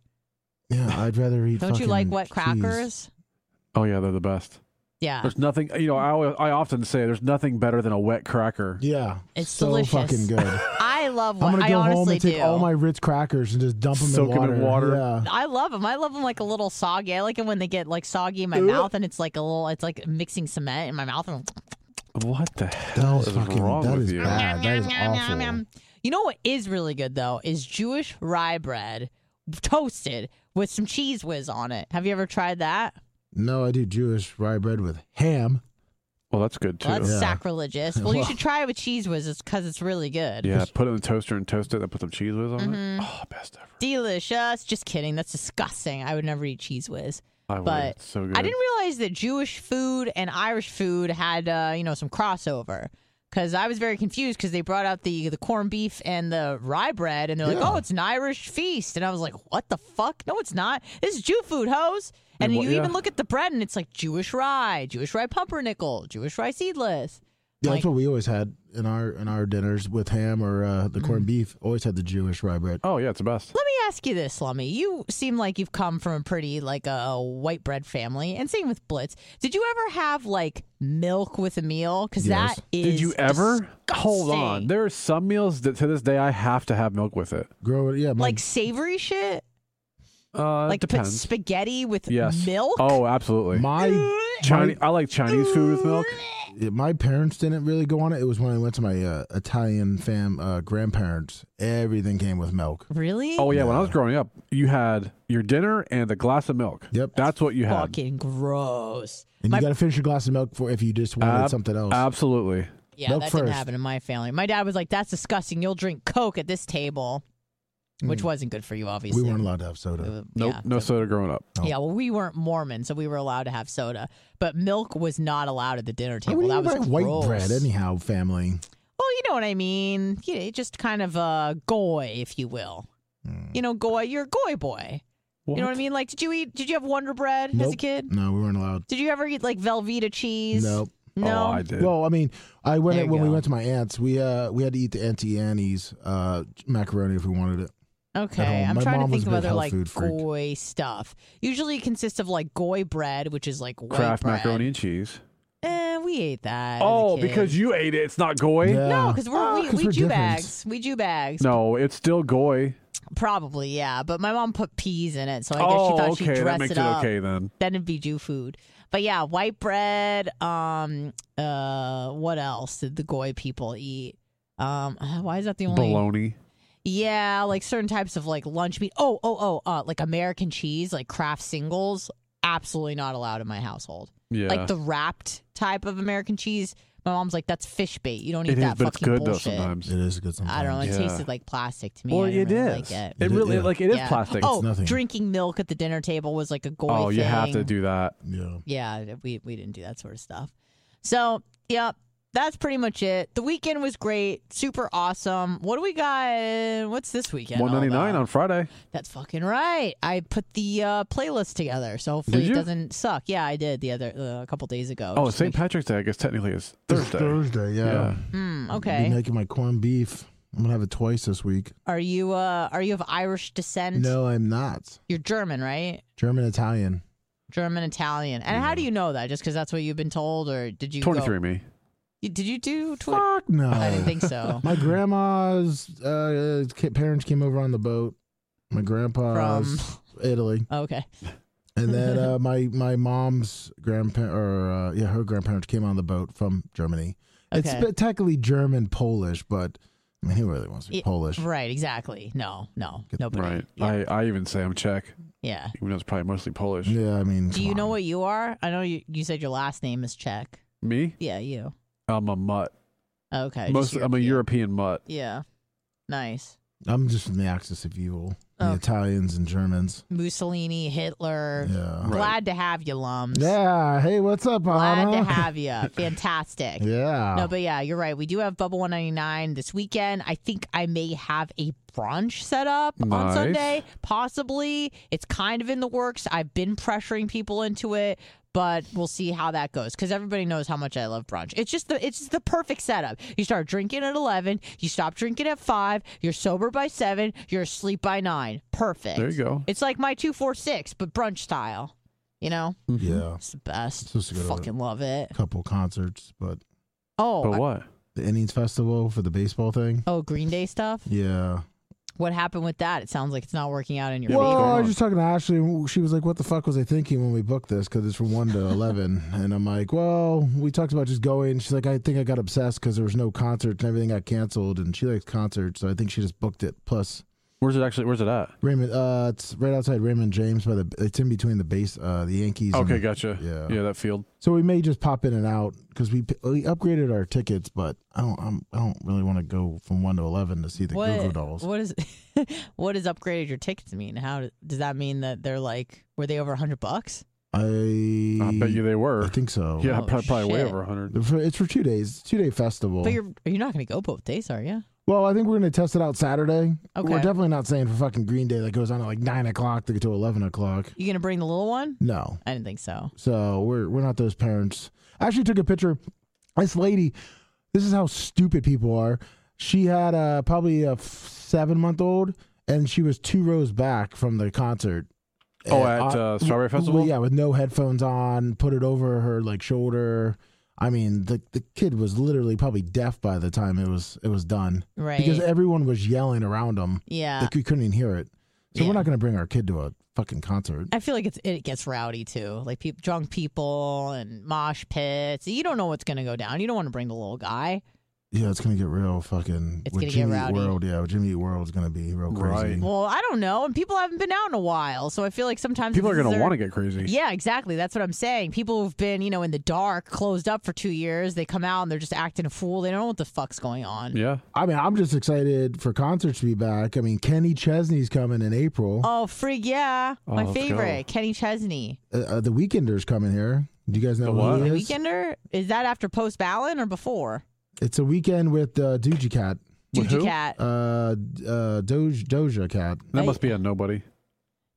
S3: Yeah, I'd rather eat.
S2: Don't you like
S3: fucking
S2: wet
S3: cheese.
S2: crackers?
S4: Oh yeah, they're the best.
S2: Yeah.
S4: There's nothing. You know, I always, I often say there's nothing better than a wet cracker.
S3: Yeah,
S2: It's
S3: so
S2: delicious.
S3: fucking good. I'm
S2: I love wet.
S3: gonna
S2: I
S3: go
S2: honestly
S3: home and
S2: do.
S3: take all my Ritz crackers and just dump them
S4: Soak 'em
S3: in water.
S4: in water.
S3: Yeah,
S2: I love them. I love them like a little soggy. I like it when they get like soggy in my mouth, and it's like a little. It's like mixing cement in my mouth. And
S4: What the hell
S3: that
S4: is
S3: is fucking.
S4: wrong
S3: that
S4: with
S3: is
S4: you?
S3: bad. That is awful.
S2: You know what is really good though is Jewish rye bread, toasted with some cheese whiz on it. Have you ever tried that?
S3: No, I do Jewish rye bread with ham.
S4: Well, that's good too.
S2: Well, that's
S3: Yeah.
S2: sacrilegious. Well, you
S3: Well-
S2: should try it with cheese whiz because it's really good. Mm-hmm.
S4: yeah, put it in the toaster and toast it. Then put some cheese whiz on it. Oh, best ever.
S2: Delicious. Just kidding. That's disgusting. I would never eat cheese whiz.
S4: I would.
S2: But
S4: It's so good.
S2: I didn't realize that Jewish food and Irish food had uh, you know some crossover because I was very confused because they brought out the the corned beef and the rye bread and they're like,
S3: Yeah.
S2: oh, it's an Irish feast, and I was like, what the fuck? No, it's not. This is Jew food, hoes. And
S4: It wa-
S2: you even
S4: yeah.
S2: look at the bread and it's like Jewish rye, Jewish rye pumpernickel, Jewish rye seedless.
S3: Yeah,
S2: Like-
S3: that's what we always had in our in our dinners with ham or uh,
S2: Mm-hmm.
S3: the corned beef. Always had the Jewish rye bread.
S4: Oh yeah, it's the best.
S2: Let me ask you this, Lummy. You seem like you've come from a pretty like a white bread family, and same with Blitz. Did you ever have like milk with a meal? Because
S3: Yes.
S2: that is
S4: Did you ever? Hold on.
S2: disgusting.
S4: There are some meals that to this day I have to have milk with it.
S3: Grow it, yeah. my-
S2: like savory shit,
S4: Uh, it
S2: like put
S4: depends.
S2: spaghetti with
S4: yes.
S2: milk.
S4: Oh, absolutely.
S3: my
S4: Chinese. I like Chinese food with milk.
S2: Mmm.
S3: Yeah, my parents didn't really go on it. It was when I went to my uh, Italian fam uh, grandparents. Everything came with milk.
S2: really?
S4: Oh yeah, when I was growing up, you had your dinner and a glass of milk.
S3: Yep.
S4: That's what you had.
S2: fucking gross.
S3: And
S2: My-
S3: you got to finish your glass of milk for if you just wanted
S4: Ab-
S3: something else.
S4: Absolutely.
S2: Yeah,
S3: milk
S2: that didn't
S3: first.
S2: happen in my family. My dad was like, "That's disgusting. You'll drink Coke at this table," which wasn't good for you, obviously.
S3: Hmm. we weren't allowed to have soda.
S2: Uh,
S4: Nope.
S2: yeah,
S4: no
S2: so-
S4: soda growing up.
S3: Oh.
S2: Yeah, well, we weren't Mormon, so we were allowed to have soda, but milk was not allowed at the dinner
S3: I
S2: table.
S3: wouldn't
S2: That was
S3: even buy
S2: gross.
S3: white bread, anyhow. Family.
S2: Well, you know what I mean. You know, just kind of uh, goy, if you will.
S3: Hmm.
S2: You know, goy. You're a goy boy. You know what I mean? Like, did you eat? Did you have Wonder Bread as a
S3: Nope.
S2: kid?
S3: No, we weren't allowed.
S2: Did you ever eat like Velveeta cheese?
S3: Nope.
S2: No.
S4: Oh, I did.
S3: Well, I mean, I
S2: There
S3: went
S2: you
S3: when we
S2: go.
S3: went to my aunt's. We uh we had to eat the Auntie Annie's uh macaroni if we wanted it.
S2: Okay,
S3: home.
S2: I'm
S3: My
S2: trying to
S3: mom was
S2: think
S3: a
S2: of other
S3: big health
S2: like
S3: food freak.
S2: goy stuff. Usually it consists of like goy bread, which is like white
S4: Kraft
S2: bread.
S4: macaroni and cheese.
S2: Eh, we ate that. as a
S4: Oh,
S2: kid.
S4: because you ate it. It's not goy.
S3: Yeah.
S2: no, because we're
S3: Ah,
S2: we,
S3: 'cause
S2: we
S3: we're
S2: Jew
S3: different.
S2: bags. We Jew bags.
S4: No, it's still goy.
S2: Probably, yeah. But my mom put peas in it, so I guess
S4: oh,
S2: she thought
S4: okay.
S2: she'd
S4: that
S2: dress
S4: makes
S2: it
S4: it,
S2: up.
S4: okay then.
S2: Then it'd be Jew food. But yeah, white bread. Um, uh, what else did the goy people eat? Um, uh, why is that the only?
S4: Bologna.
S2: Yeah, like certain types of like lunch meat. Oh, oh, oh, uh, like American cheese, like Kraft singles, absolutely not allowed in my household.
S4: Yeah.
S2: Like the wrapped type of American cheese. My mom's like, that's fish bait. You don't eat
S4: it
S2: that
S4: is, but it's
S2: fucking
S4: good
S2: bullshit.
S4: though sometimes.
S3: It is good. Sometimes.
S2: I don't know. It
S4: Yeah.
S2: tasted like plastic to me.
S4: Well,
S2: I
S4: it
S2: didn't really
S4: is.
S2: Like it.
S4: It
S3: It-
S4: really
S3: yeah.
S4: like it is
S2: Yeah.
S4: plastic.
S2: Oh,
S3: nothing.
S2: drinking milk at the dinner table was like a goy
S4: oh, you have to
S2: thing.
S4: do that.
S3: Yeah.
S2: Yeah, we we didn't do that sort of stuff. So, yeah, that's pretty much it. The weekend was great, super awesome. What do we got? What's this weekend? all
S4: One ninety nine
S2: about?
S4: on Friday.
S2: That's fucking right. I put the uh, playlist together, so hopefully
S4: Did
S2: it
S4: you?
S2: doesn't suck. Yeah, I did the other uh, a couple days ago.
S4: Oh,
S2: Just
S4: St.
S2: make-
S4: Patrick's Day. I guess technically is
S3: It's
S4: Thursday.
S3: Thursday. Yeah.
S4: Yeah.
S2: Mm,
S3: Be
S2: okay.
S3: making my corned beef. I'm gonna have it twice this week.
S2: Are you uh are you of Irish descent?
S3: No, I'm not.
S2: You're German, right?
S3: German Italian.
S2: German Italian. And how do you know that? Just because that's what you've been told, or did you go-
S4: Twenty three me.
S2: You- Did you do? Tw-
S3: Fuck no.
S2: I didn't think so.
S3: My grandma's uh, ki- parents came over on the boat. My grandpa's Italy,
S2: okay.
S3: and then uh, my my mom's grandpa or uh, yeah, her grandparents came on the boat from Germany. It's
S2: Okay.
S3: spe- technically German Polish, but I mean, who really wants to be
S2: Yeah,
S3: Polish?
S2: Right, exactly. No, no, nobody.
S4: Right.
S2: Yeah.
S4: I, I even say I'm Czech,
S2: yeah.
S4: even though it's probably mostly Polish.
S3: Yeah, I mean,
S2: Do you
S3: come
S2: know
S3: on.
S2: what you are? I know you, you said your last name is Czech.
S4: Me?
S2: Yeah, you.
S4: I'm a mutt.
S2: Okay. Uh, just
S4: Most I'm a European mutt.
S2: Yeah. Nice.
S3: I'm just from the Axis of Evil, the
S2: Oh.
S3: Italians and Germans.
S2: Mussolini, Hitler.
S3: Yeah.
S4: Right.
S2: Glad to have you, lums.
S3: Yeah. Uh-huh. Hey, what's up,
S2: Glad
S3: Anna?
S2: to have you. Fantastic.
S3: yeah.
S2: No, but yeah, you're right. We do have Bubble 199 this weekend. I think I may have a brunch set up on
S4: Nice.
S2: Sunday, possibly. It's kind of in the works. I've been pressuring people into it, but we'll see how that goes because everybody knows how much I love brunch. It's just the it's just the perfect setup. You start drinking at 11, you stop drinking at 5, you're sober by 7, you're asleep by 9. Perfect.
S4: There you go.
S2: It's like my 246, but brunch style. You know,
S3: yeah.
S2: it's the best.
S3: Supposed to go to-
S2: Fucking love it.
S3: Couple concerts, but
S2: Oh,
S4: But
S2: I-
S4: what?
S3: the innings festival for the baseball thing.
S2: oh, Green Day stuff.
S3: Yeah.
S2: What happened with that? It sounds like it's not working out in your
S4: Yeah, what's
S3: Well,
S4: going
S2: favor.
S3: I
S4: on?
S3: was just talking to Ashley. and She was like, "What the fuck was I thinking when we booked this? Because it's from one to 11. and I'm like, "Well, we talked about just going." She's like, "I think I got obsessed because there was no concert and everything got canceled, and she likes concerts, so I think she just booked it." Plus,
S4: Where's it actually? Where's it at?
S3: Raymond, uh, it's right outside Raymond James by the. It's in between the base, uh, the Yankees. and-
S4: Okay, gotcha.
S3: Yeah.
S4: yeah, that field.
S3: So we may just pop in and out because we, p- we upgraded our tickets, but I don't. I'm, I don't really want to go from one to eleven to see the Goo Goo Dolls.
S2: What is what does upgraded your tickets mean? How do- does that mean that they're like were they over hundred bucks?
S3: I,
S4: I bet you they were.
S3: I think so.
S4: yeah,
S2: Oh,
S4: probably, probably way
S2: shit.
S4: over 100.
S3: They're for- It's for two days, two day festival.
S2: But you're you're not going to go both days, are you?
S3: Well, I think we're gonna test it out Saturday.
S2: Okay.
S3: We're definitely not saying for fucking Green Day that goes on at like nine o'clock to get to eleven o'clock.
S2: You going to bring the little one?
S3: No,
S2: I didn't think so.
S3: So we're we're not those parents. I actually took a picture. This lady, this is how stupid people are. She had uh, probably a f- seven month old, and she was two rows back from the concert.
S4: Oh,
S3: And,
S4: at, uh,
S3: w-
S4: Strawberry Festival?
S3: yeah, with no headphones on, put it over her like shoulder. I mean, the the kid was literally probably deaf by the time it was it was done
S2: Right.
S3: because e, everyone was yelling around him.
S2: yeah.
S3: Like we couldn't even hear it. So
S2: Yeah.
S3: we're not gonna bring our kid to a fucking concert.
S2: I feel like it's it gets rowdy too, like peop drunk people and mosh pits. You don't know what's going to go down. You don't want to bring the little guy.
S3: Yeah, it's gonna get real fucking.
S2: It's
S3: with
S2: gonna get
S3: Jimmy Eat
S2: rowdy.
S3: World, yeah, with Jimmy Eat World's gonna be real crazy.
S4: Right.
S2: Well, I don't know, and people haven't been out in a while, so I feel like sometimes
S4: People are
S2: this is
S4: going to
S2: their-
S4: want to get crazy.
S2: Yeah, exactly. That's what I'm saying. People who've been, you know, in the dark, closed up for two years, they come out and they're just acting a fool. They don't know what the fuck's going on.
S4: Yeah.
S3: I mean, I'm just excited for concerts to be back. I mean, Kenny Chesney's coming in April.
S2: Oh, freak yeah.
S4: Oh,
S2: My
S4: let's
S2: favorite, Kenny Chesney.
S3: Uh, uh, the Weekenders coming here. Do you guys know
S4: The
S3: who
S4: what?
S3: he
S2: The
S3: is?
S2: Weekender? Is that after Post Ballon or before?
S3: It's a weekend with uh, Doja Cat.
S4: With
S2: Doja
S4: who?
S2: Cat.
S3: Uh, uh, Doge, Doja Cat.
S4: That must be a nobody.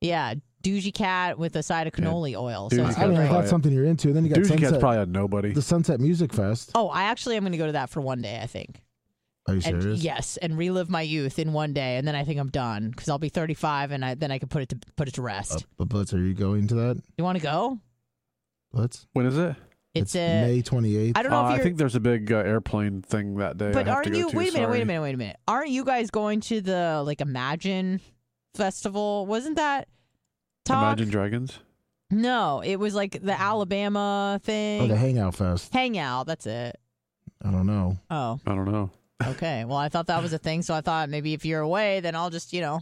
S2: yeah, Doji Cat with a side of cannoli oil. So
S4: Doja
S2: it's
S3: I
S4: Cat's
S2: great.
S3: mean, if
S4: probably-
S3: that's something you're into. Then you got
S4: Dude,
S3: Sunset,
S4: Cat's probably a nobody.
S3: the Sunset Music Fest.
S2: Oh, I actually am going to go to that for one day, I think.
S3: Are you
S2: And
S3: serious?
S2: yes, and relive my youth in one day, and then I think I'm done because I'll be 35, and I, then I can put it to put it to rest.
S3: Uh, but Blitz, are you going to that?
S2: You want to go?
S3: Blitz.
S4: When is it?
S2: It's, a.
S3: May 28th.
S2: I don't know
S4: Uh,
S2: if
S4: I
S2: you're.
S4: think there's a big uh, airplane thing that day. I
S2: but
S4: have
S2: aren't
S4: to go
S2: you?
S4: to,
S2: wait a minute. Wait
S4: sorry.
S2: a minute. Wait a minute. Aren't you guys going to the like Imagine festival? Wasn't that talk?
S4: Imagine Dragons.
S2: No, it was like the Alabama
S3: Oh,
S2: thing.
S3: the Hangout Fest.
S2: Hangout. That's it.
S3: I don't know.
S2: Oh,
S4: I don't know.
S2: okay. well, I thought that was a thing, so I thought maybe if you're away, then I'll just you know.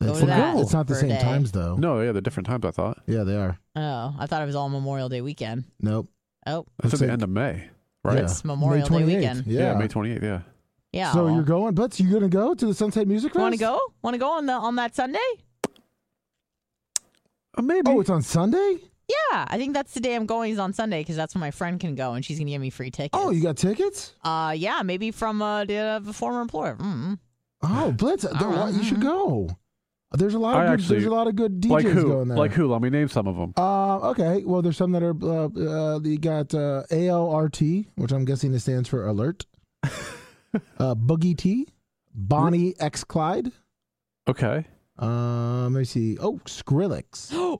S2: Go
S3: It's
S2: to
S3: not,
S2: that
S3: it's not the
S2: for a
S3: same
S2: day.
S3: times though.
S4: No, yeah, they're different times. I thought
S3: Yeah, they are.
S2: Oh, I thought it was all Memorial Day weekend.
S3: Nope.
S2: Oh,
S3: Looks
S4: that's at the
S3: like-
S4: end of May, right?
S3: Yeah.
S2: It's Memorial Day
S3: 28th,
S2: weekend.
S3: Yeah.
S4: May 28th. Yeah,
S2: yeah.
S3: so
S2: well.
S3: you're going, but you gonna go to the Sunset Music Fest?
S2: Want to go? Want to go on the on that Sunday?
S4: uh, maybe.
S3: Oh, it's on Sunday.
S2: Yeah, I think that's the day I'm going is on Sunday because that's when my friend can go and she's gonna give me free tickets.
S3: Oh, you got tickets?
S2: uh, yeah, maybe from uh, the, uh, the former employer. Mm.
S3: Oh, Blitz, there- why- you should
S2: Uh-huh.
S3: go. There's a lot of
S4: I
S3: good,
S4: actually-
S3: there's a lot of good DJs
S4: like who?
S3: going there.
S4: Like who? Let me name some of them.
S3: Uh, okay, well, there's some that are. Uh, uh, you got uh, ALRT, which I'm guessing it stands for Alert. uh, Boogie T, Bonnie X Clyde.
S4: Okay.
S3: Um, let me see. Oh, Skrillex,
S2: Ooh.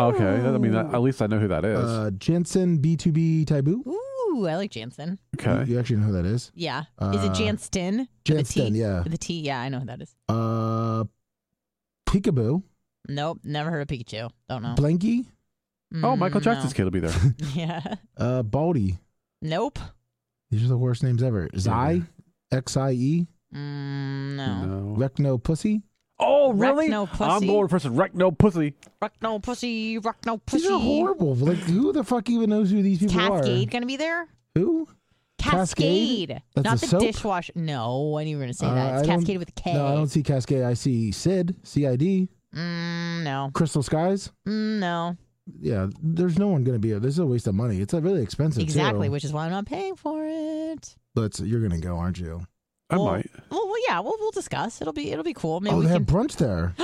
S4: Okay. I mean, that, at least I know who that is.
S3: uh, Jensen, B2B, Taboo.
S2: Ooh, I like Jansen.
S4: okay.
S3: You, you actually know who that is?
S2: Yeah, is it
S3: Uh,
S2: Jansten?
S3: Jansten, yeah.
S2: The T. Yeah, I know who that is.
S3: Uh, Peekaboo,
S2: Nope, never heard of Pikachu. Don't know.
S3: Blanky,
S4: Oh,
S2: Mm,
S4: Michael Jackson's
S2: no.
S4: kid will be there.
S2: Yeah.
S3: uh, Baldy.
S2: Nope.
S3: These are the worst names ever. Xi, X I E,
S2: Mm, no.
S4: No.
S3: Recno Pussy.
S4: Oh,
S2: Wreck
S4: really?
S2: no
S4: I'm
S2: pussy.
S4: going for some wreck no pussy.
S2: Rock no pussy. Rock no pussy.
S3: These are horrible. Like, who the fuck even knows who these people
S2: Cascade gonna be there.
S3: are? Who? Cascade?
S2: Cascade.
S3: That's
S2: Not
S3: a
S2: the
S3: soap?
S2: dishwasher. No, I knew you were going to say
S3: Uh,
S2: that. It's
S3: I don't-
S2: Cascade with a K.
S3: No, I don't see Cascade. I see Sid, C I D,
S2: Mm, no.
S3: Crystal Skies.
S2: Mm, no.
S3: Yeah, there's no one going to be. This is a waste of money. It's uh, really expensive.
S2: Exactly,
S3: Too.
S2: which is why I'm not paying for it.
S3: But you're going to go, aren't you?
S4: I
S2: Well-
S4: might.
S2: Well, well yeah, we'll, we'll discuss. It'll be it'll be cool. Maybe
S3: oh,
S2: we
S3: they
S2: can.
S3: have brunch there.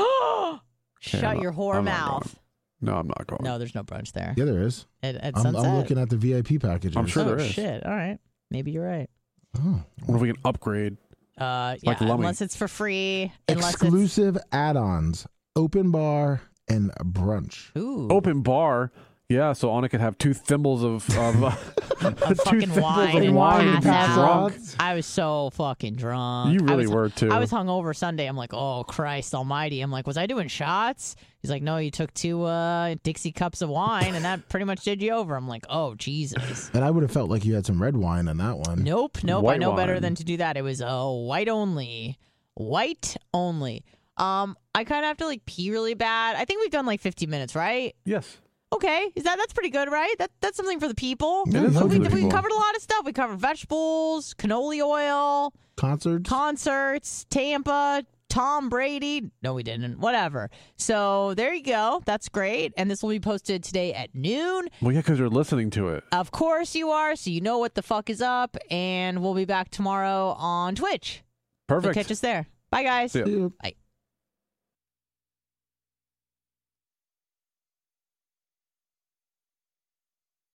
S2: Shut
S4: I'm not-
S2: your whore
S4: I'm not
S2: mouth.
S4: No, I'm not going.
S2: No, there's no brunch there.
S3: Yeah, there is.
S2: At, at
S3: I'm,
S2: sunset.
S3: I'm looking at the VIP packages.
S4: I'm sure
S2: oh,
S4: there is.
S2: shit. All right. Maybe you're right.
S3: Oh.
S4: What if we can upgrade?
S2: Uh, yeah,
S4: Like Lummi.
S2: unless it's for free. Unless
S3: Exclusive add-ons, open bar, and brunch.
S2: It's, ooh.
S4: Open bar. Yeah, so Anna could have two thimbles of, of uh,
S2: Of fucking
S4: two thimbles
S2: wine
S4: of
S2: and
S4: wine and be
S2: pass out.
S4: drunk.
S2: I was so fucking drunk.
S4: You
S2: I
S4: really
S2: was,
S4: were, too.
S2: I was hungover Sunday. I'm like, oh Christ Almighty. I'm like, was I doing shots? He's like, no, you took two uh, Dixie cups of wine, and that pretty much did you over. I'm like, oh Jesus.
S3: And I would have felt like you had some red wine on that one.
S2: Nope, nope. I
S4: White
S2: know better
S4: wine.
S2: than to do that. It was oh white only, white only. Um, I kind of have to like pee really bad. I think we've done like 50 minutes, right?
S4: Yes.
S2: Okay, is that that's pretty good, right? That that's something for the people.
S3: Yeah, it's
S2: So we,
S3: something for the
S2: we
S3: people.
S2: covered a lot of stuff. We covered vegetables, cannoli oil,
S3: Concerts.
S2: concerts, Tampa, Tom Brady. No, we didn't. Whatever. So there you go. That's great. And this will be posted today at noon.
S4: Well, yeah, because you're listening to it.
S2: Of course you are, so you know what the fuck is up. And we'll be back tomorrow on Twitch. So
S4: Perfect.
S2: catch us there. Bye, guys.
S4: See ya.
S2: Bye.